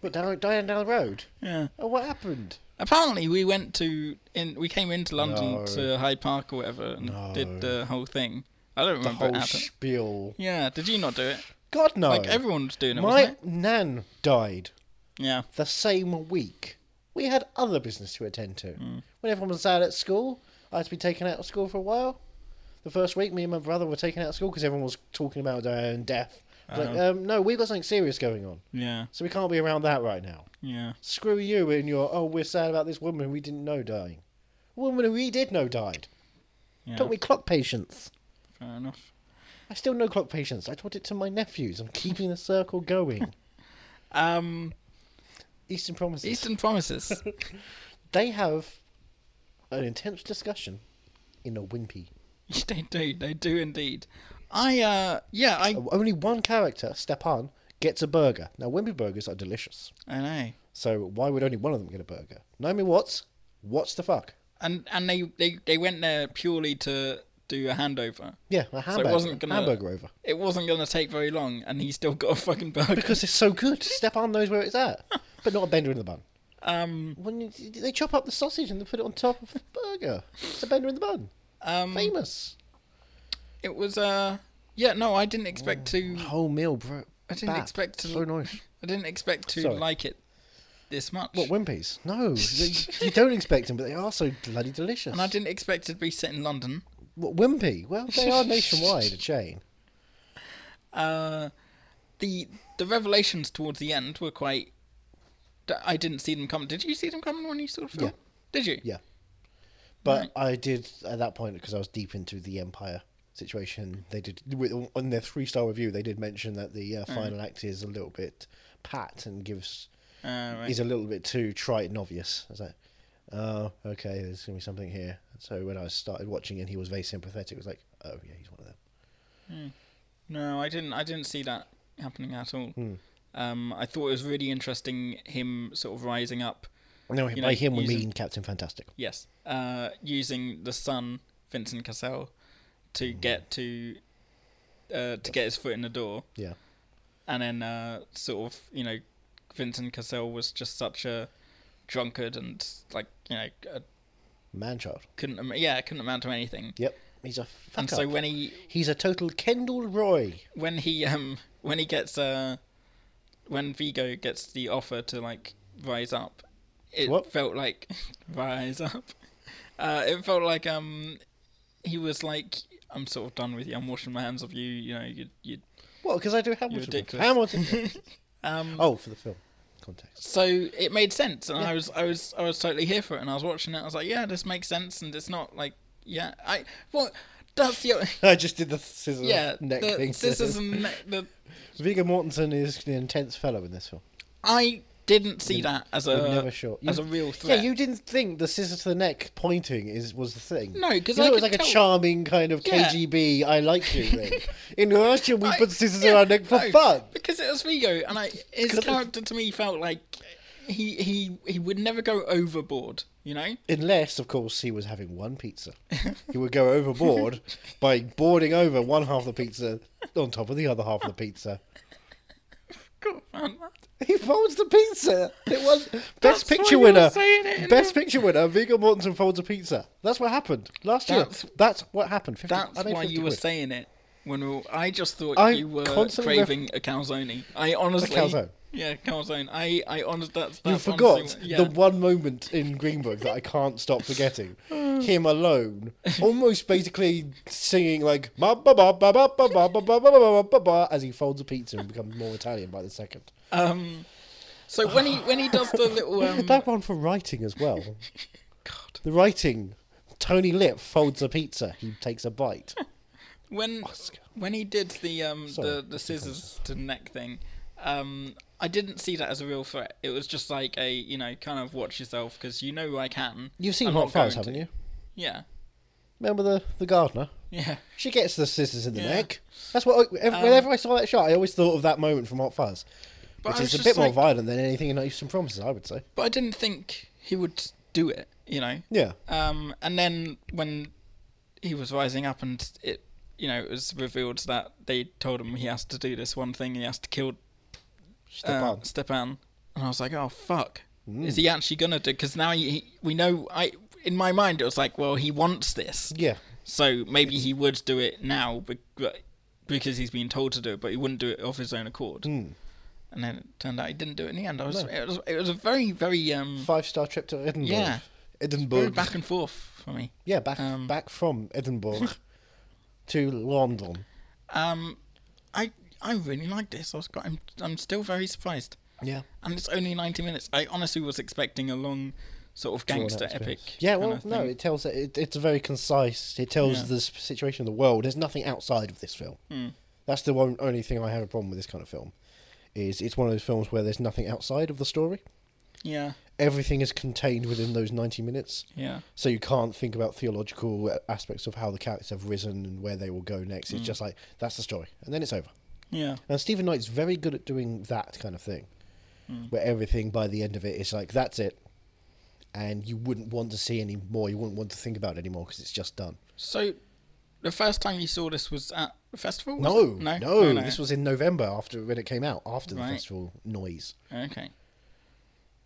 But down, Diana down the road.
yeah.
Oh, what happened?
Apparently, we went to in we came into London
No.
to Hyde Park or whatever and did the whole thing. I don't
The
remember it
whole
happened.
spiel.
yeah, did you not do it?
God no.
Like everyone was doing it,
My
wasn't
nan died
it? Yeah.
the same week. We had other business to attend to.
Hmm.
When everyone was out at school, I had to be taken out of school for a while. The first week, me and my brother were taken out of school because everyone was talking about Diana and death. I was Like,
Uh-huh.
um, no, we've got something serious going on,
Yeah.
so we can't be around that right now.
Yeah.
Screw you and your oh, we're sad about this woman we didn't know dying. A woman who we did know died.
Yeah.
Taught me clock patience.
Fair enough.
I still know clock patience. I taught it to my nephews. I'm keeping the circle going.
Um,
Eastern Promises.
Eastern Promises.
They have an intense discussion in a wimpy.
they do. They do indeed. I uh yeah I
Oh, Only one character, Stepan, gets a burger. Now, wimpy burgers are delicious.
I know.
So why would only one of them get a burger? Naomi Watts, what's the fuck?
And and they, they, they went there purely to do a handover.
Yeah, a hamburger.
So it wasn't gonna
hamburger over.
It wasn't gonna take very long, and he still got a fucking burger.
Because it's so good. Stepan knows where it's at. But not a bender in the bun.
um
When you, they chop up the sausage and they put it on top of the burger. It's a bender in the bun.
um
Famous.
it was uh yeah no I didn't expect to
Whole meal, bro.
I didn't
Bap.
expect to-
So nice.
I didn't expect to
Sorry.
like it this much.
What Wimpy's? No, you, you don't expect them, but they are so bloody delicious.
and I didn't expect to be set in London.
What, Wimpy? Well, they are nationwide a chain.
Uh, the the revelations towards the end were quite. d- I didn't see them coming. Did you see them coming when you saw the film?
Yeah.
Did you?
Yeah, but I did at that point because I was deep into the Empire situation. They did with- on their three-star review. They did mention that the
Mm.
uh, final act is a little bit pat and gives
Uh, right.
is a little bit too trite and obvious. I was like, oh, okay, there's gonna be something here. So when I started watching and he was very sympathetic, it was like, oh yeah, he's one of them.
No, I didn't. I didn't see that
Hmm.
happening at all. Um, I thought it was really interesting him sort of rising up
No,
you know,
by him we
using-
mean Captain Fantastic.
Yes, uh, using the son Vincent Cassell to
Hmm.
get to uh, to get his foot in the door.
Yeah.
and then uh, sort of you know, Vincent Cassell was just such a drunkard and like you know a,
Man child.
couldn't am- yeah couldn't amount to anything.
Yep, he's a fuck
and so
up.
when he
he's a total Kendall Roy.
when he um when he gets uh when Vigo gets the offer to like rise up, it felt like rise up. Uh, it felt like um he was like I'm sort of done with you. I'm washing my hands of you. You know you you.
Well, because I do Hamilton.
You're ridiculous.
Hamilton.
um,
oh, for the film context.
So it made sense, and
Yeah.
I was I was I was totally here for it, and I was watching it. I was like, yeah, this makes sense, and it's not like yeah I well that's the
I just did the scissors
yeah
neck
the
thing.
scissors and neck the
Viggo Mortensen is the intense fellow in this film.
I didn't see that as a
I'm never sure.
Uh, as a
You-
real threat.
Yeah, you didn't think the scissors to the neck pointing is was the thing.
No, 'cause
You
I
thought it
could
was like
tell-
a charming kind of
Yeah.
KGB "I like you" thing. In Russia, we put scissors
yeah,
in our neck for
no,
fun.
because it was Vigo, and I his character to me felt like he he he would never go overboard, you know.
Unless, of course, he was having one pizza. he would go overboard by boarding over one half of the pizza on top of the other half of the pizza. He folds the pizza. It was best picture
why you were
winner.
saying it in
Best picture winner. Viggo Mortensen folds a pizza. That's what happened last
That's-
year. That's what happened. 50, I
That's
made
why
50
you were
quid.
saying it when we were, I just thought
I
you were
constantly
craving a calzone. I honestly
calzone.
Yeah, calzone. I I honestly that's,
You
that's
forgot
honestly, yeah.
the one moment in Green Book that I can't stop forgetting. Him alone, almost basically singing like ba ba ba ba ba ba ba ba ba ba ba ba ba ba as he folds a pizza and becomes more Italian by the second.
um so when he when he does the little um
that one for writing as well. God. The writing. Tony Lip folds a pizza. He takes a bite.
when when he did the um
Sorry,
the, the scissors to neck thing, um I didn't see that as a real threat. It was just like a you know kind of watch yourself because you know I can.
You've seen
I'm
Hot
not going
Fuzz, haven't
to.
you?
Yeah.
Remember the, the gardener?
Yeah.
She gets the scissors in the
Yeah.
neck. That's what. I- ev-
Um,
whenever I saw that shot, I always thought of that moment from Hot Fuzz,
But
which
I was
is a
just
bit more
like-
violent than anything in Eastern Promises, I would say.
But I didn't think he would do it, you know.
Yeah.
Um, and then when he was rising up, and it, you know, it was revealed that they told him he has to do this one thing. He has to kill
Stepan.
uh, Stepan. And I was like, oh fuck,
Mm.
is he actually gonna do? Because now he, he, we know. I in my mind it was like, well, he wants this.
Yeah.
So maybe he would do it now, be- but- because he's been told to do it, but he wouldn't do it of his own accord. And then it turned out he didn't do it in the end. I was,
No.
it was, it was a very, very um,
Five star trip to Edinburgh.
Yeah.
Edinburgh.
Very back Um, and forth for me.
Yeah, back back from Edinburgh to London.
Um, I I really like this. I was quite, I'm I'm still very surprised.
Yeah.
And it's only ninety minutes. I honestly was expecting a long sort of
Drawn out
gangster epic.
experience. Yeah,
kind
well,
of
no,
thing.
it tells it, it's very concise. It tells
Yeah.
the s- situation of the world. There's nothing outside of this film.
Hmm.
That's the one only thing I have a problem with this kind of film. Is it's one of those films where there's nothing outside of the story.
Yeah.
Everything is contained within those 90 minutes.
Yeah.
So you can't think about theological uh, aspects of how the characters have risen and where they will go next. It's
Mm.
just like that's the story, and then it's over.
Yeah.
And Stephen Knight's very good at doing that kind of thing,
Mm.
where everything by the end of it is like that's it, and you wouldn't want to see any more. You wouldn't want to think about it anymore because it's just done.
So, the first time you saw this was at the festival. was
No,
it?
no, This was in November after when it came out, after the
Right.
festival noise.
okay.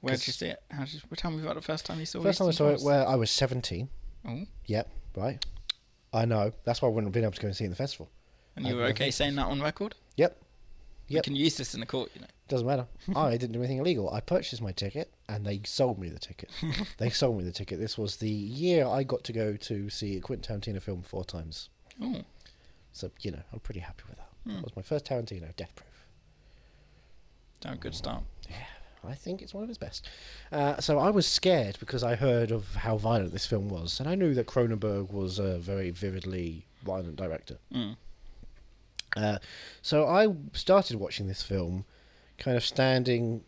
Where did you
'Cause-
see it? How did you, well, tell me about the first time you saw.
First time I
Eastern
saw it,
Promises.
where I was seventeen.
Oh.
Yep, right. I know. That's why I wouldn't have been able to go and see it in the festival.
And you
I'd
were
never-
okay saying that on record.
Yep.
You
Yep.
can use this in the court, you know.
Doesn't matter. I didn't do anything illegal. I purchased my ticket and they sold me the ticket. they sold me the ticket. This was the year I got to go to see a Quentin Tarantino film four times.
Oh.
So, you know, I'm pretty happy with that.
Hmm.
That was my first Tarantino, Death Proof.
Oh, good start.
I think it's one of his best. Uh, so I was scared because I heard of how violent this film was. And I knew that Cronenberg was a very vividly violent director.
Mm.
Uh, so I started watching this film, kind of standing,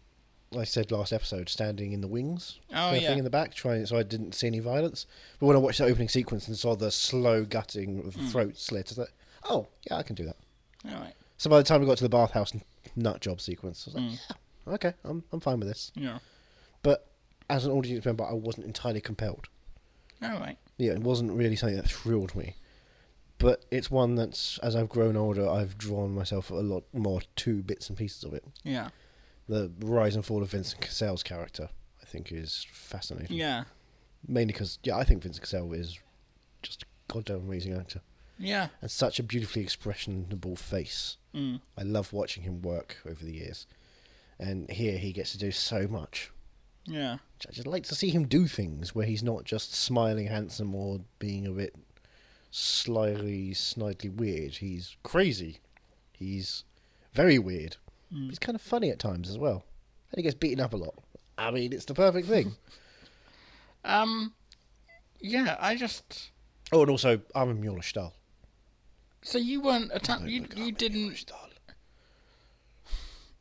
like I said last episode, standing in the wings,
Oh,
kind of
yeah.
thing in the back, trying so I didn't see any violence. But when I watched the opening sequence and saw the slow gutting of the
Mm.
throat slit, I was like, oh yeah, I can do that.
All right.
So by the time we got to the bathhouse nut job sequence, I was like,
Mm.
okay, I'm I'm fine with this.
Yeah.
But as an audience member, I wasn't entirely compelled.
All right.
Yeah, it wasn't really something that thrilled me, but it's one that's as I've grown older, I've drawn myself a lot more to bits and pieces of it.
Yeah.
The rise and fall of Vincent Cassell's character, I think, is fascinating.
Yeah.
Mainly because yeah, I think Vincent Cassell is just a goddamn amazing actor.
Yeah.
And such a beautifully expressionable face.
Mm.
I love watching him work over the years. And here he gets to do so much.
Yeah.
I just like to see him do things where he's not just smiling handsome or being a bit slyly, snidely weird. He's crazy. He's very weird.
Mm.
He's kind of funny at times as well. And he gets beaten up a lot. I mean, it's the perfect thing.
Um. Yeah, I just.
oh, and also, I'm a Mueller style.
So you weren't atta- You you didn't.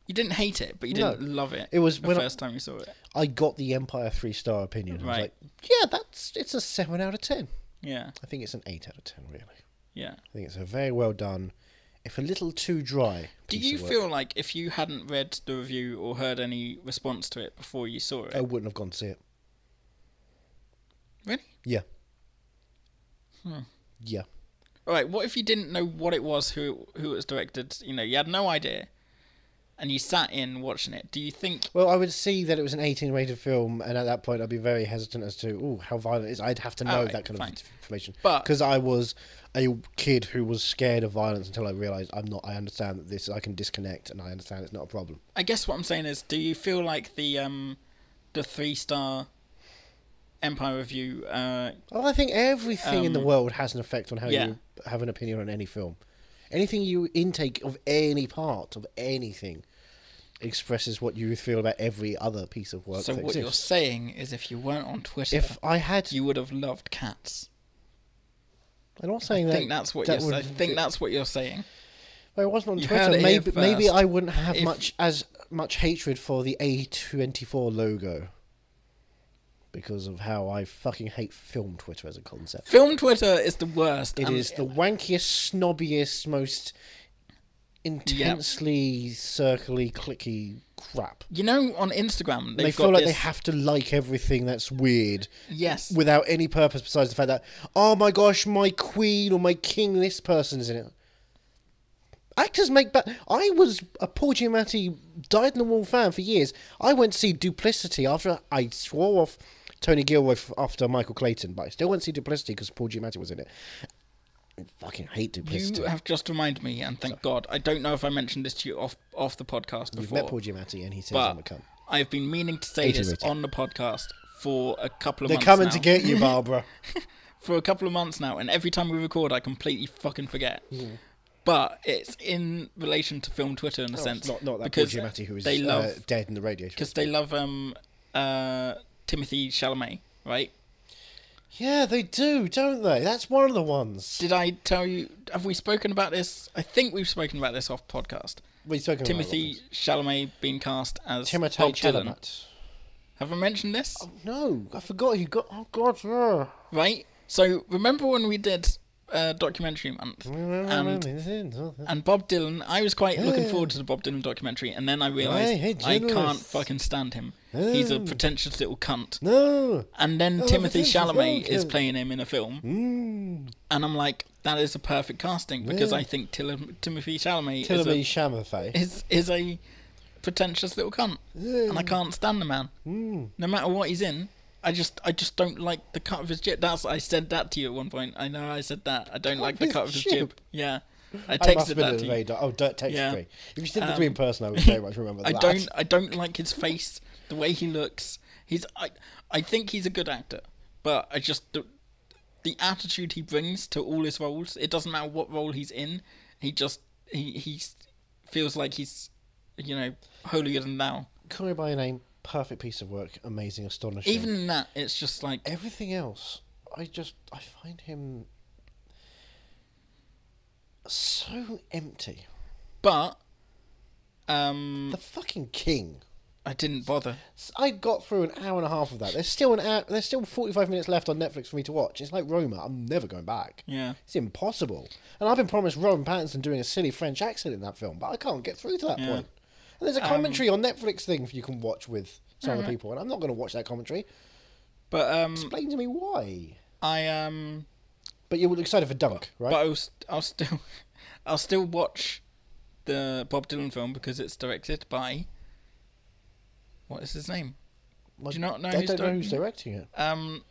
You didn't hate it, but you
No.
didn't love it.
It was
the
when I-
first time you saw it.
I got the Empire three star opinion. I was
Right.
like, yeah, that's it's a seven out of ten.
Yeah.
I think it's an eight out of ten, really.
Yeah.
I think it's a very well done, if a little too dry.
Do
piece
you
of work.
feel like if you hadn't read the review or heard any response to it before you saw it?
I wouldn't have gone to see it?
Really?
Yeah,
Hmm.
yeah.
All right. What if you didn't know what it was, who who it was directed? You know, you had no idea, and you sat in watching it. Do you think?
Well, I would see that it was an 18 rated film, and at that point, I'd be very hesitant as to, oh, how violent it is. I'd have to know
Alright,
that kind
fine.
of information.
But-
Because I was a kid who was scared of violence until I realised I'm not, I understand that this, I can disconnect, and I understand it's not a problem.
I guess what I'm saying is, do you feel like the um, the three star Empire review? Uh,
Well, I think everything in the
Um,
world has an effect on how
yeah.
you have an opinion on any film. Anything you intake of any part of anything expresses what you feel about every other piece of work
so
that
what you're
exists.
saying is, if you weren't on Twitter,
If I had,
you would have loved cats.
I'm not saying
I
that.
think that's what
that
you're.
would-
I think that's what you're saying.
Well, it wasn't on
You heard
Twitter.
it
Maybe
here
maybe
first.
I wouldn't have
If-
much as much hatred for the A24 logo because of how I fucking hate film Twitter as a concept.
Film Twitter is the worst.
It
and-
is the wankiest, snobbiest, most intensely circly, clicky crap.
You know, on Instagram,
They
they've
feel
got
like
this-
they have to like everything that's weird.
Yes.
Without any purpose besides the fact that, oh my gosh, my queen or my king, this person's in it. Actors make bad. I was a Paul Giamatti died in the wall fan for years. I went to see Duplicity after I swore off Tony Gilroy f- after Michael Clayton, but I still went to see Duplicity because Paul Giamatti was in it. I fucking hate Duplicity.
You have just reminded me, and thank God. I don't know if I mentioned this to you off off the podcast before.
You've met Paul Giamatti and he says
but
I'm a cunt.
I've been meaning to say
Hated
this
it.
on the podcast for a couple of
They're
months
coming
now.
to get you, Barbara.
for a couple of months now, and every time we record, I completely fucking forget.
Mm.
But it's in relation to film Twitter in a
No, Oh, it's
sense,
not- not that
because
Paul Giamatti who is,
they
uh,
love
dead in the radiator
because they love um uh Timothy Chalamet, right?
yeah, they do, don't they? That's one of the ones.
Did I tell you? Have we spoken about this? I think we've spoken about this off podcast.
We've spoken about it, Oh, I
Timothy Chalamet being cast as
Timotei
Bob Dylan.
Chalamet. Oh.
Have I mentioned this?
No, I forgot you got. Oh God, yeah.
Right. So remember when we did uh, documentary month and and Bob Dylan? I was quite looking
Yeah.
forward to the Bob Dylan documentary, and then I realised
I hate
I can't
journalists.
fucking stand him. He's a
No.
pretentious little cunt.
Oh. No.
And then
Oh,
Timothy
pretentious
Chalamet
little
is
cunt. Hmm.
playing him in a film, and I'm like, that is a perfect casting because
Yeah.
I think Tilla- Timothy Chalamet is
Timothy
a,
Chalamet.
is is a pretentious little cunt, and I can't stand the man.
Hmm.
No matter what he's in, I just I just don't like the cut of his jib. That's I said that to you at one point. I know I said that. I don't like the
his
cut of his
jib.
jib. Yeah, I
That must
texted
have
that
been
to
a
you.
very dark- oh, don't text
Yeah.
me. If you said that
Um,
to me in person, I would very much remember
I
that.
don't I don't like his face, the way he looks. He's I I think he's a good actor, but I just the, the attitude he brings to all his roles. It doesn't matter what role he's in. He just he he s- feels like he's you know holier than thou.
Call me by your name. Perfect piece of work. Amazing, astonishing.
Even in that, it's just like
everything else, I just I find him so empty.
But um,
the fucking king.
I didn't bother.
I got through an hour and a half of that. There's still an hour. There's still 45 minutes left on Netflix for me to watch. It's like Roma. I'm never going back.
Yeah.
It's impossible. And I've been promised Rowan Pattinson doing a silly French accent in that film, but I can't get through to that
Yeah. Um,
point. And there's a commentary on Netflix thing you can watch with some other
Alright.
people, and I'm not going to watch that commentary.
But um,
explain to me why.
I um.
But you were excited for Dunk, right?
But I'll, st- I'll still, I'll still watch the Bob Dylan film because it's directed by. What is his name?
Well,
Do you not know?
I
who's
don't know
directing
who's directing it.
Um.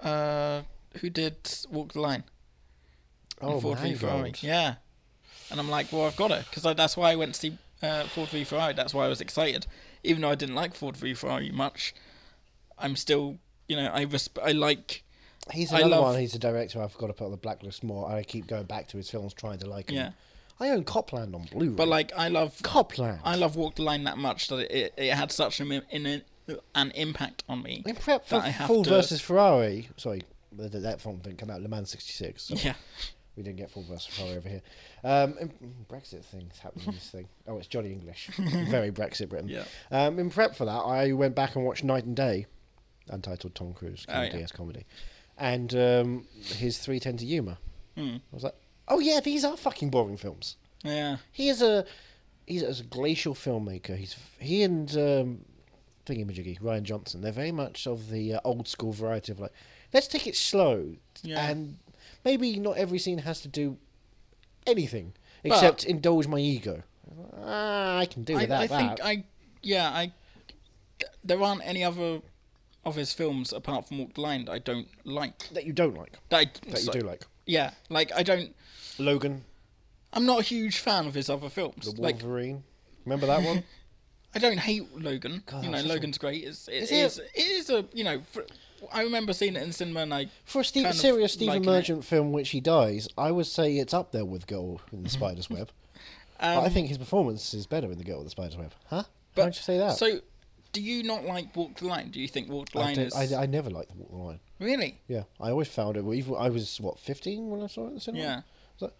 Uh, who did Walk the Line? And
Oh,
Ford v Ferrari.
Mangold.
Yeah. And I'm like, well, I've got it because that's why I went to see uh, Ford v Ferrari. That's why I was excited, even though I didn't like Ford v Ferrari much. I'm still, you know, I resp- I like.
He's
I
another
love-
one. He's a director I've got to put on the blacklist more. and I keep going back to his films, trying to like him.
Yeah.
I own Copland on Blu-ray.
But like, I love
Copland.
I love Walk the Line that much that it, it, it had such an, an an impact on me.
in prep for
that I have
Ford
to-
versus Ferrari. Sorry, that, that- that film didn't come out. Le Mans '66. so
Yeah.
we didn't get Ford versus Ferrari over here. Um, in- Brexit things happening. in this thing. Oh, it's Johnny English. Very Brexit Britain.
Yeah.
Um, in prep for that, I went back and watched Night and Day, untitled Tom Cruise
Oh,
Cameron
yeah.
Diaz comedy, and um, his Three Ten to Yuma.
Hmm.
I was like, oh yeah, these are fucking boring films.
Yeah.
He is a he's a glacial filmmaker. He's he and um, Thingy Majiggy Ryan Johnson. They're very much of the uh, old school variety of like, let's take it slow
Yeah.
and maybe not every scene has to do anything except indulge my ego. Ah, I can do
I,
without
I
that.
think I yeah I there aren't any other of his films apart from Walk the Line that I don't like.
that you don't like.
That, I,
That you
so-
do like.
Yeah, like I don't.
Logan,
I'm not a huge fan of his other films.
the
like
Wolverine. Remember that one?
I don't hate Logan.
God,
you know,
that's such a-
Logan's great. It's, it
Is
is,
it?
it is a you know. For, I remember seeing it in cinema and I
For a Steve,
kind of
serious Stephen
liking it.
Merchant film, which he dies, I would say it's up there with Girl
Mm-hmm.
in the Spider's Web. but I
Um,
think his performance is better in The Girl with the Spider's Web. Huh? How'd you say that?
So, do you not like Walk the Line? Do you think Walk the
I,
Line
don't-
is
I, I never liked Walk the Line.
really?
Yeah, I always found it. well, Even I was what fifteen when I saw it in the cinema.
Yeah.
I was like,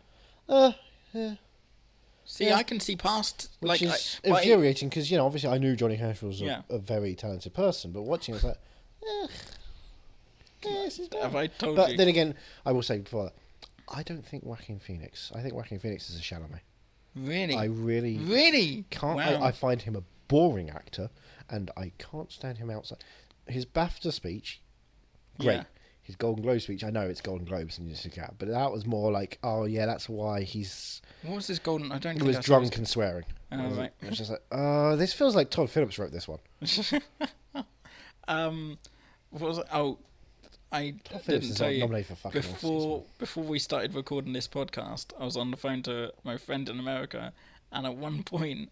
uh, yeah.
See,
Yeah.
I can see past
Which
like
is
I, but it-
infuriating because you know obviously I knew Johnny Cash was a,
Yeah.
a very talented person, but watching it's like, eh, eh, this is bad.
Have I told
but
you?
then again, I will say before that, I don't think Joaquin Phoenix. I think Joaquin Phoenix is a Chalamet.
really,
I really
really
can't.
Wow.
I, I find him a boring actor, and I can't stand him outside. His BAFTA speech, great.
Yeah.
His Golden Globe speech, I know it's Golden Globes and just a cat, but that was more like, oh yeah, that's why he's
what was this golden? I don't.
he
think
was
I saw
drunk and swearing.
Oh,
I was,
right.
I was just like, oh, this feels like Todd Phillips wrote this one.
Um, what was it? oh, I
Phillips
didn't
is
tell
not
you
nominated for fucking Oscars,
before before we started recording this podcast. I was on the phone to my friend in America, and at one point,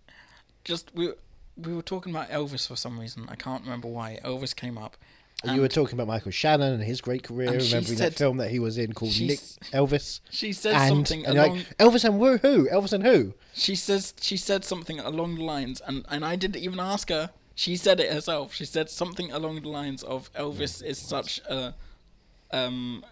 just we we were talking about Elvis for some reason. I can't remember why. Elvis came up.
And you were talking about Michael Shannon and his great career,
and she
remembering
said-
that film that he was in called
she
Nick
s-
Elvis.
she said
and,
something
and you're
along-
like Elvis and woohoo, Elvis and who?
She says she said something along the lines, and and I didn't even ask her. She said it herself. She said something along the lines of Elvis is such a um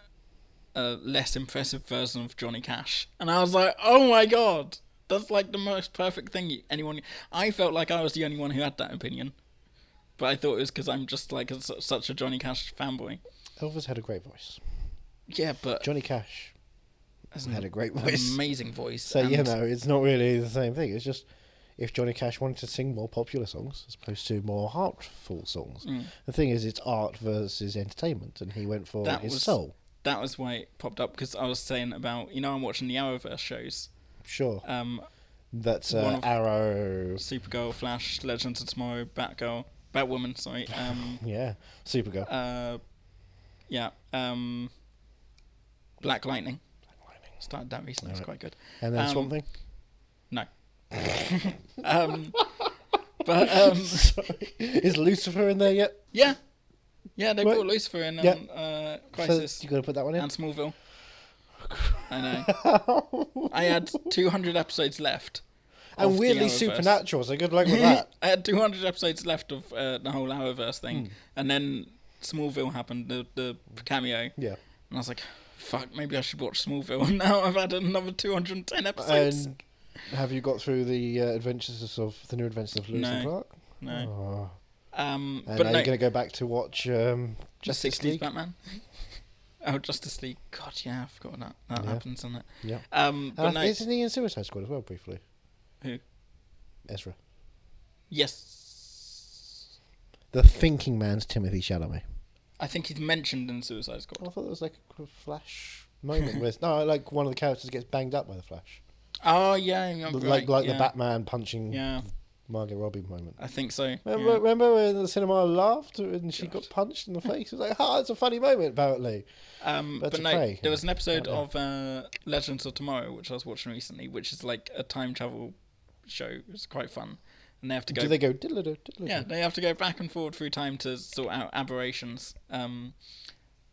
a less impressive version of Johnny Cash, and I was like, oh my god, that's like the most perfect thing you- anyone. I felt like I was the only one who had that opinion, but I thought it was because I'm just like a, su- such a Johnny Cash fanboy.
Elvis had a great voice.
Yeah, but
Johnny Cash
has
had a great
an
voice.
amazing voice.
So
and
you know, it's not really the same thing. It's just if Johnny Cash wanted to sing more popular songs as opposed to more heartful songs.
Mm.
The thing is, it's art versus entertainment, and he went for
that
his
was
soul.
that was why it popped up because I was saying about you know I'm watching the Arrowverse shows.
Sure,
Um,
that's
one
uh,
of-
Arrow.
Supergirl, Flash, Legends of Tomorrow, Batgirl, Batwoman, sorry. Um,
Yeah, Supergirl.
uh, yeah. Um, Black Lightning. Started that recently. It's quite good.
and then
um,
Swamp Thing.
No. um, but um,
Is Lucifer in there yet?
yeah, yeah, they
Right.
brought Lucifer in um,
Yeah.
uh,
So
Crisis.
you got to put that one in.
and Smallville. I know. I had 200 episodes left. of
And
the
weirdly
Arrowverse.
supernatural. So good luck with that.
I had 200 episodes left of uh, the whole Arrowverse thing,
Hmm.
and then Smallville happened, the the cameo, and
yeah.
I was like, "Fuck, maybe I should watch Smallville." And now I've had another 210 episodes.
And have you got through the uh, adventures of the new adventures of Lewis and
No.
Clark?
no,
Oh.
um,
And
but
are
no,
you going to go back to watch um,
the
Justice
60s
League?
Batman. oh, Justice League. God, yeah, I forgot that that
Yeah.
happens, doesn't it?
Yeah.
Um, but
And
no,
I- Uh, Isn't he in Suicide Squad as well, briefly?
who?
Ezra.
Yes.
The thinking man's Timothy Chalamet.
I think he's mentioned in Suicide Squad.
Oh, I thought it was like a kind of flash moment with no, like one of the characters gets banged up by the Flash.
Oh yeah, yeah,
L-
right,
like like
yeah.
the Batman punching
Yeah.
Margot Robbie moment.
I think so.
Remember,
yeah.
remember when the cinema laughed and she got punched in the face? It was like, oh, it's a funny moment, apparently.
Um,
Birds
but
of
no,
Prey.
there was an episode
Oh, no.
of uh, Legends of Tomorrow which I was watching recently, which is like a time travel show. It's quite fun, and they have to go.
Do they go diddle-do, diddle-do?
Yeah, they have to go back and forward through time to sort out aberrations, um,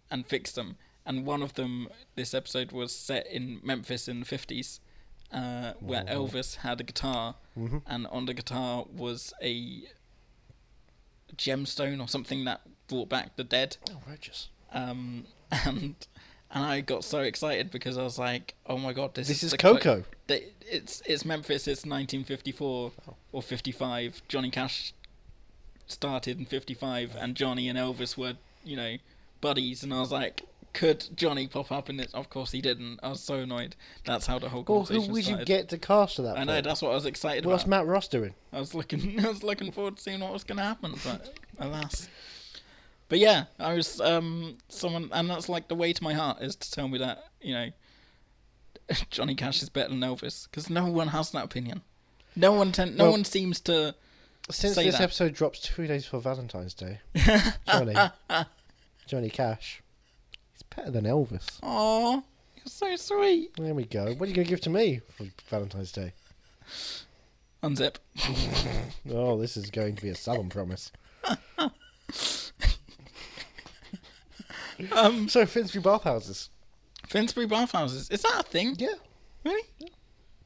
and fix them. And one of them, this episode was set in Memphis in the fifties, uh, where Elvis had a guitar,
Mhm.
and on the guitar was a gemstone or something that brought back the dead.
Oh, righteous.
Um, and and I got so excited because I was like, "Oh my god, this,
This is
the clo-
Coco.
the- it's it's Memphis. It's 1954 or 55. Johnny Cash started in 55, and Johnny and Elvis were you know buddies. And I was like, could Johnny pop up in this? Of course he didn't. I was so annoyed. That's how the whole
Well, who
conversation
would you
started.
get to cast at that
I know.
point?
That's what I was excited
What's
about.
Matt Ross doing?
I was looking I was looking forward to seeing what was gonna happen, but alas. But yeah, I was um someone and that's like the way to my heart is to tell me that, you know, Johnny Cash is better than Elvis because no one has that opinion. No one ten- no
Well,
one seems to
Since
say
this
that.
episode drops two days before Valentine's Day, Johnny, Johnny Cash, he's better than Elvis.
Aw, you're so sweet.
There we go. What are you going to give to me for Valentine's Day?
Unzip.
Oh, this is going to be a solemn promise.
Um
So, Finsbury Bathhouses.
Finsbury bathhouses. Is that a thing?
Yeah.
Really? It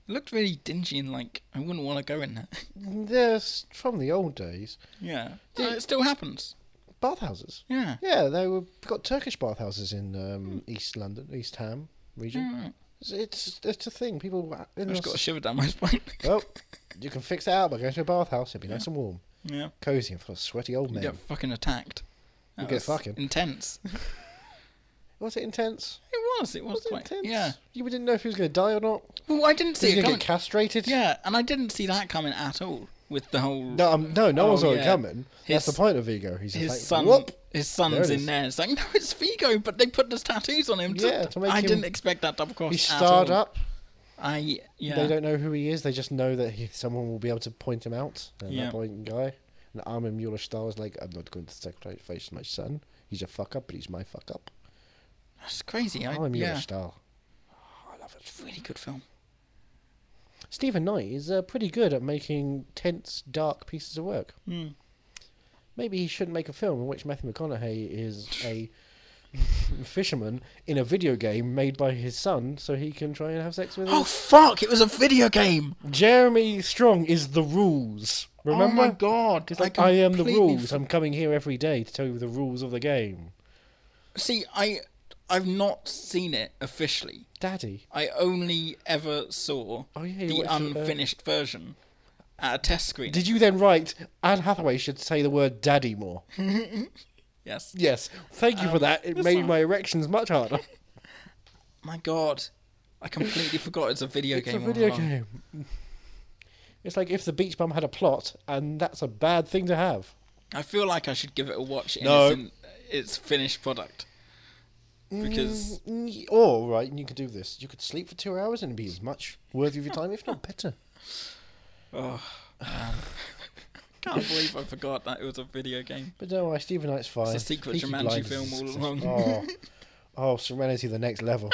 looked really dingy and like I wouldn't want to go in there.
There's from the old days.
yeah. No, it still happens.
Bathhouses.
Yeah.
Yeah, they were got Turkish bathhouses in um, East London, East Ham region.
Alright.
It's, it's it's a thing. People wa- in
I just
the
Mm. got a
s-
shiver down my spine.
well, you can fix that out by going to a bathhouse. It'll be nice and warm,
yeah.
cozy, and full of sweaty old
You
men.
get fucking attacked.
You
That
get
was
fucking-
intense. it
Was it intense?
was. It was,
Was it
quite
intense?
yeah.
You didn't know if he was going to die or not.
Well, I didn't
Did
see
he
it
going
coming.
to get castrated?
yeah, and I didn't see that coming at all with the whole.
No, um, no, no
Oh,
one saw
yeah.
it coming.
His-
That's the point of Vigo. He's just
His
like,
son,
whoop.
his
There
son's
it
in
is.
there. It's like, no, it's Vigo, but they put those tattoos on him. to-
Yeah, to make
I
him-
didn't expect that double cross.
He's
at
starred
all.
up.
I yeah.
They don't know who he is. They just know that he, someone will be able to point him out. And
Yeah.
that point guy. And Armin Mueller Stahl is like, I'm not going to sacrifice my son. He's a fuck up, but he's my fuck up.
That's crazy. I,
Armin Mueller
yeah.
Stahl.
I love it. It's a really good film.
Stephen Knight is uh, pretty good at making tense, dark pieces of work.
Hmm.
Maybe he shouldn't make a film in which Matthew McConaughey is a fisherman in a video game made by his son so he can try and have sex with him.
Oh fuck! It was a video game.
Jeremy Strong is the rules. Remember?
Oh my god!
It's like, I, am the rules. I'm coming here every day to tell you the rules of the game.
See, I I've not seen it officially.
Daddy.
I only ever saw
Oh, yeah, you
the
watched it, uh,
unfinished version at a test screen.
Did you then write Anne Hathaway should say the word daddy more?
Yes.
Yes. Thank you for that. It made my erections much harder.
My God, I completely forgot it's a video
It's a
game. all
video
along.
game. It's like if the Beach Bum had a plot, and that's a bad thing to have.
I feel like I should give it a watch in,
No.
its, in its finished product because
Mm, Or, right, and you could do this. You could sleep for two hours and it'd be as much worthy of your time, if not better.
I can't believe I forgot that it was a video game.
But don't worry, Stephen Knight's fine.
It's a secret
Peaky
Jumanji
Blinders
film all
is-
along.
Oh, oh, Serenity, the next level.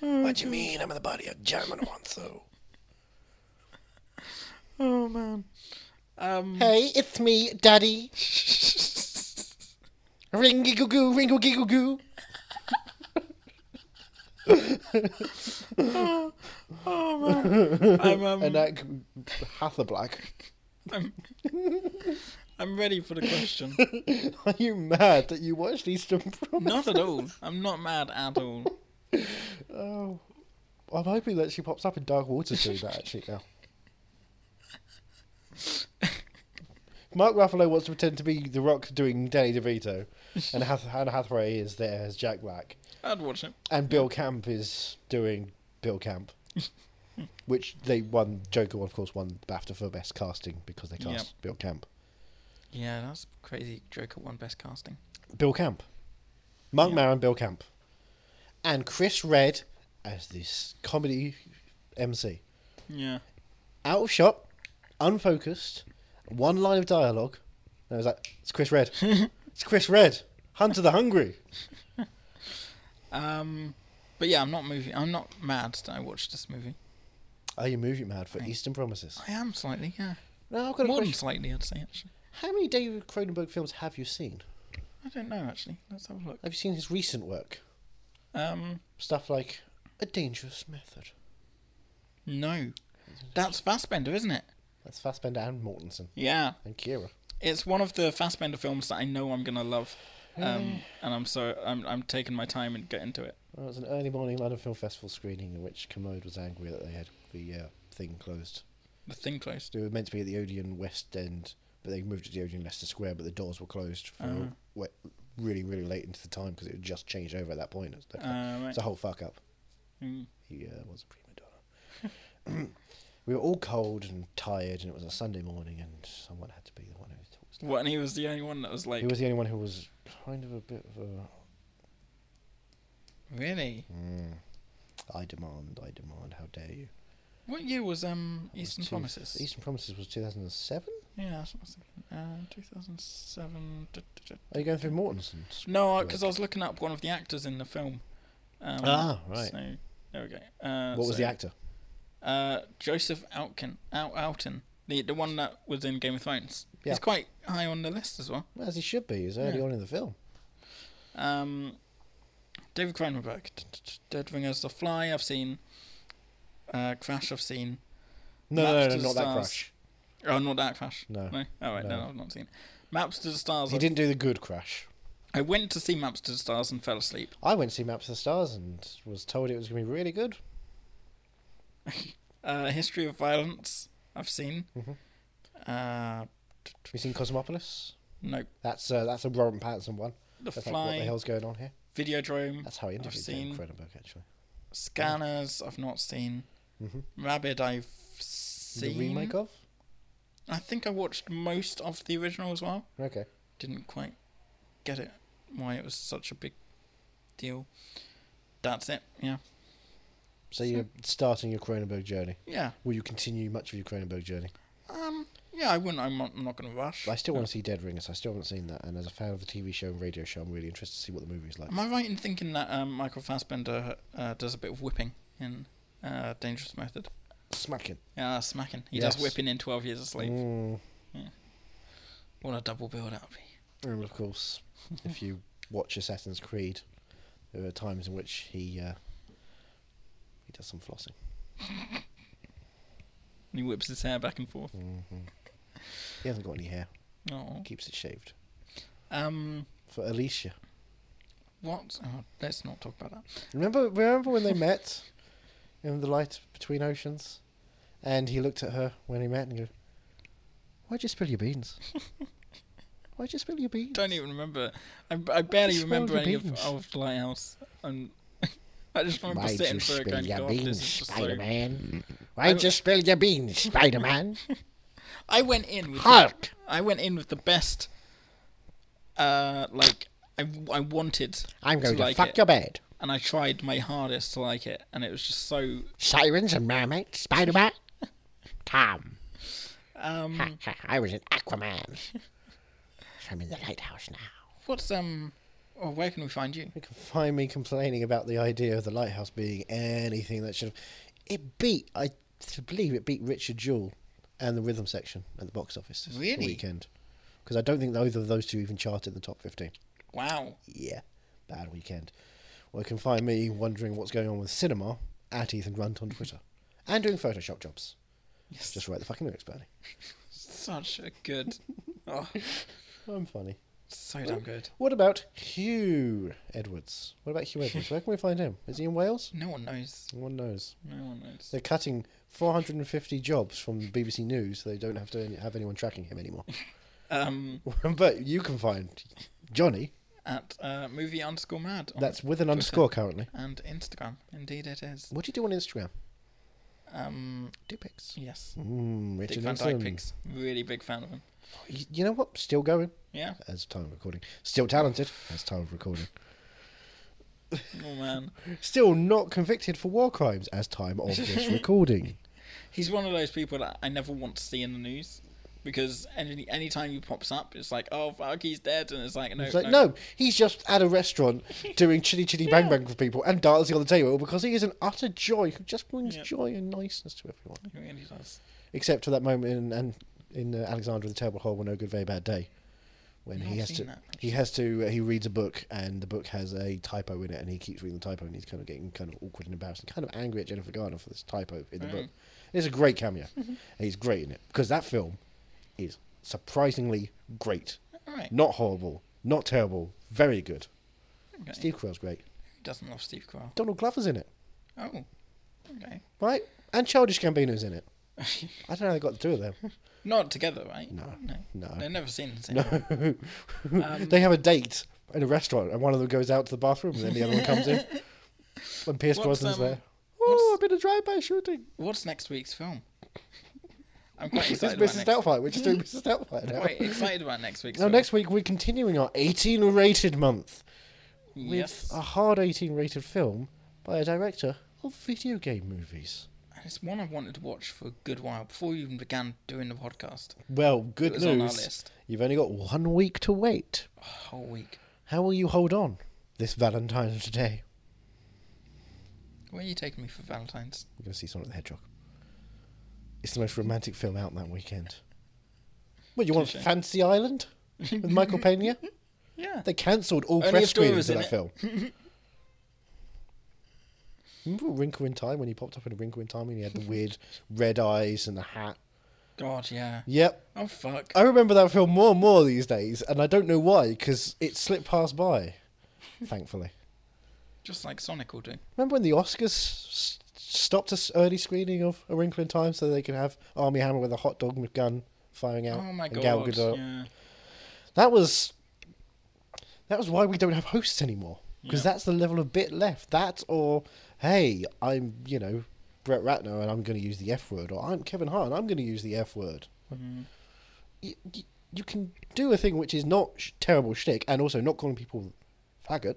what do you mean? I'm in the body of German once, though.
Oh man. Um,
Hey, it's me, Daddy. Ring giggle goo, ringle giggle goo.
I'm um,
And uh, that Hathablack.
I'm ready for the question.
Are you mad that you watched Eastern Promise?
not at all. I'm not mad at all.
I'm hoping that she pops up in Dark Waters doing that actually now. Mark Ruffalo wants to pretend to be The Rock doing Danny DeVito, and Hath- Hannah Hathaway is there as Jack Black,
I'd watch it.
and Bill Camp is doing Bill Camp, which they won. Joker, of course, won BAFTA for best casting because they cast
Yep.
Bill Camp.
Yeah, that's crazy. Joker won best casting.
Bill Camp, Mark Maron, Bill Camp, and Chris Red as this comedy MC.
Yeah.
Out of shot, unfocused, one line of dialogue, and I was like, "It's Chris Red. it's Chris Red. Hunter the Hungry."
Um, but yeah, I'm not movie. I'm not mad that I watched this movie.
Are you movie mad for Eastern Promises?
I am slightly, yeah.
No, I've got a
More than
question.
slightly, I'd say actually.
How many David Cronenberg films have you seen?
I don't know actually. Let's have a look.
Have you seen his recent work?
Um,
Stuff like A Dangerous Method.
no, that's Fassbender, isn't it?
That's Fassbender and Mortensen.
Yeah,
And Kira.
it's one of the Fassbender films that I know I'm gonna love.
Hmm.
Um, and I'm so I'm I'm taking my time and get into it.
Well, it was an early morning London Film Festival screening in which Commode was angry that they had the uh, thing closed.
The thing closed.
They were meant to be at the Odeon West End, but they moved to the Odeon Leicester Square, but the doors were closed for
Oh.
we- really, really late into the time because it had just changed over at that point. It's, like-
Oh, right.
it's a whole fuck up.
Mm.
He uh, was a prima donna. we were all cold and tired, and it was a Sunday morning, and someone had to be the one who talks.
What? And he was the only one that was like,
he was the only one who was kind of a bit of a.
really?
Mm, I demand, I demand, how dare you?
What year was um
It was
Eastern
two-
Promises?
Eastern Promises was 2007?
Yeah, that's what I was thinking. Uh, 2007. duh, duh, duh.
Are you going through Mortensen's?
No,
work?
because I was looking up one of the actors in the film. Um,
Ah, right.
So there we go. Uh,
What was the
so,
actor?
Uh, Joseph Outkin, Out Outen, the the one that was in Game of Thrones.
Yeah.
He's quite high on the list as well.
Well, as he should be, he's early
Yeah.
on in the film.
Um, David Cronenberg, t- t- t- Dead Ringers, The Fly. I've seen. Uh, Crash. I've seen.
No,
Maps
no, no,
to the
not that
Stars.
crash.
Oh, not that Crash.
No.
No. Oh, right, no.
No.
I've not seen. it. Maps to the Stars.
He
I-
didn't do the good crash.
I went to see Maps to the Stars and fell asleep.
I went to see Maps of the Stars and was told it was going to be really good.
Uh, History of Violence, I've seen.
Mm-hmm.
Uh,
Have you seen Cosmopolis?
nope.
That's uh, that's a Robert Pattinson one.
The
That's like, what
Fly,
the hell's going on here?
Videodrome.
That's how he
I've
interviewed
seen
David Cronenberg, actually.
Scanners. I've not seen Rabbit. I've seen
Mm-hmm. The remake of?
I think I watched most of the original as well.
Okay.
Didn't quite get it why it was such a big deal. That's it. Yeah.
So you're starting your Cronenberg journey.
Yeah.
Will you continue much of your Cronenberg journey?
Um. Yeah. I wouldn't. I'm not, I'm not going to rush.
But I still want to see Dead Ringers. I still haven't seen that. And as a fan of the TV show and radio show, I'm really interested to see what the movie's like.
Am I right in thinking that um, Michael Fassbender uh, does a bit of whipping in uh, Dangerous Method?
Smacking.
Yeah, that's smacking. He
Yes.
does whipping in 12 Years a Slave.
Mm.
What a double bill that would be.
And of course, if you watch Assassin's Creed, there are times in which he uh, he does some flossing.
And he whips his hair back and forth.
Mm. He hasn't got any hair;
Oh.
keeps it shaved.
Um,
For Alicia,
what? Oh, let's not talk about that.
remember remember when they met in the light between oceans, and he looked at her when he met and go, "Why'd you spill your beans? Why'd you spill your beans?"
Don't even remember. I, I barely
Just
remember
smell the
any of,
beans.
of Lighthouse. And I just remember sitting through it going, God, this is just so...
Man? Why'd you spill your beans, Spider Man?
I went in with
Hulk.
The, I went in with the best. Uh, like I, I wanted.
I'm going to,
like
fuck
it,
your bed.
And I tried my hardest to like it, and it was just so.
Sirens and mermaids, Spider Man, Tom.
Um,
I was in Aquaman. So I'm in the lighthouse now.
what's um? Oh, where can we find you?
You can find me complaining about the idea of the lighthouse being anything that should have. It beat, I th- believe it beat Richard Jewell and the rhythm section at the box office this
Really?
weekend. Because I don't think either of those two even charted the top 15.
Wow.
Yeah, bad weekend. Well, you can find me wondering what's going on with cinema at Ethan Runt on Twitter and doing Photoshop jobs.
Yes.
Just write the fucking lyrics, Bernie.
Such a good. Oh,
I'm funny.
so damn good.
What about Hugh Edwards? What about Hugh Edwards? Where can we find him? Is he in Wales?
No one knows.
No one knows.
No one knows.
They're cutting 450 jobs from BBC News, so they don't have to any- have anyone tracking him anymore.
Um,
but you can find Johnny.
at uh, movie underscore mad. on
That's with an
Twitter
underscore currently.
And Instagram. Indeed, it is.
What do you do on Instagram?
Um,
Two picks.
Yes.
Mm,
Dick
Richard
Van
Nixon.
Dyke picks. Really big fan of him.
Y- You know what? Still going.
Yeah.
As time of recording. Still talented. As time of recording.
Oh man,
Still not convicted for war crimes as time of this recording.
he's one of those people that I never want to see in the news because any any time he pops up, it's like, oh fuck, he's dead, and it's like, no,
It's like, no, he's just at a restaurant doing chitty chitty bang bang for people and dancing on the table because he is an utter joy who just brings joy and niceness to everyone.
He really does.
Except for that moment in and in uh, Alexander the Terrible Horrible No Good Very Bad Day, when
I've
he
not
has
seen
to
that,
he has to uh, he reads a book and the book has a typo in it and he keeps reading the typo and he's kind of getting kind of awkward and embarrassed and kind of angry at Jennifer Garner for this typo in the book.
Mm.
It's a great cameo.
Mhm.
and he's great in it because that film is surprisingly great.
Alright.
Not horrible, not terrible, very good.
Okay.
Steve Carell's great.
Who doesn't love Steve Carell?
Donald Glover's in it,
Oh, okay.
right? And Childish Gambino's in it. I don't know how they got the two of them.
Not together, right? No. No.
No.
They've never seen the same.
No.
Um,
they have a date in a restaurant, and one of them goes out to the bathroom, and then the other one comes in. When Pierce
What's,
Brosnan's
um,
there. Oh, a bit of drive-by shooting.
What's next week's film? I'm quite
It's
excited.
Mrs.
about
Doubtfire. We're just doing
next...
Mrs. Doubtfire now.
Quite excited about next week's
Now,
film.
next week, we're continuing our 18 rated month with
Yes.
a hard 18 rated film by a director of video game movies.
And It's one I wanted to watch for a good while before we even began doing the podcast.
Well, good
It was
news.
on our list.
You've only got one week to wait.
A whole week.
How will you hold on this Valentine's Day?
Where are you taking me for Valentine's?
We're going to see Sonic the Hedgehog. It's the most romantic film out that weekend. What, you want
Touche.
Fancy Island with Michael Pena?
Yeah.
They cancelled all
Only
press
if Dora
screenings
was
of
in
that film.
it.
Remember Wrinkle in Time when he popped up in a Wrinkle in Time and he had the weird red eyes and the hat?
God, yeah.
Yep.
Oh, fuck.
I remember that film more and more these days, and I don't know why, because it slipped past by, thankfully.
Just like Sonic will do.
Remember when the Oscars s- stopped us early screening of A Wrinkle in Time so they could have Army Hammer with a hot dog with gun firing out?
Oh, my
and
God.
Gal Gadot.
Yeah.
That was that was why we don't have hosts anymore because
Yeah.
that's the level of bit left. That or hey, I'm you know Brett Ratner and I'm going to use the F word, or I'm Kevin Hart and I'm going to use the F word. You, you, you can do a thing which is not sh- terrible shtick and also not calling people faggot.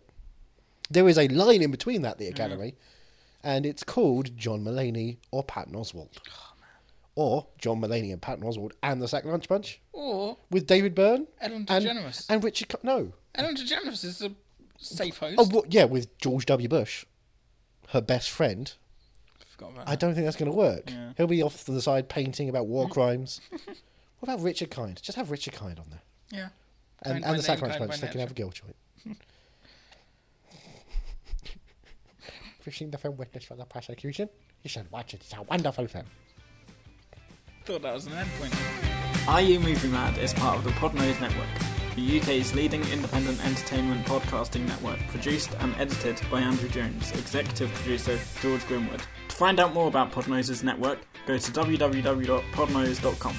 There is a line in between that the Academy, and it's called John Mullaney or Patton Oswald, or John Mullaney and Patton Oswald and the Sack Lunch Bunch
Or
with David Byrne
Ellen
and
DeGeneres.
and Richard Co- no
Ellen DeGeneres is a safe host.
oh well, yeah with George W Bush her best friend
Forgot about
I
that.
don't think that's going to work
Yeah. Mm.
he'll be off to the side painting about war crimes what about Richard Kind just have Richard Kind on there
Yeah. Kind
and,
by
and the
name,
sacrifice
kind by
punch they can have a
nature.
girl joint Fishing the film witness for the prosecution. You should watch it. It's a wonderful film.
Thought that was an end point. Are You Movie Mad is part of the Podnose Network, the UK's leading independent entertainment podcasting network, produced and edited by Andrew Jones, executive producer George Grimwood. To find out more about Podnose's network, go to www.podnose.com.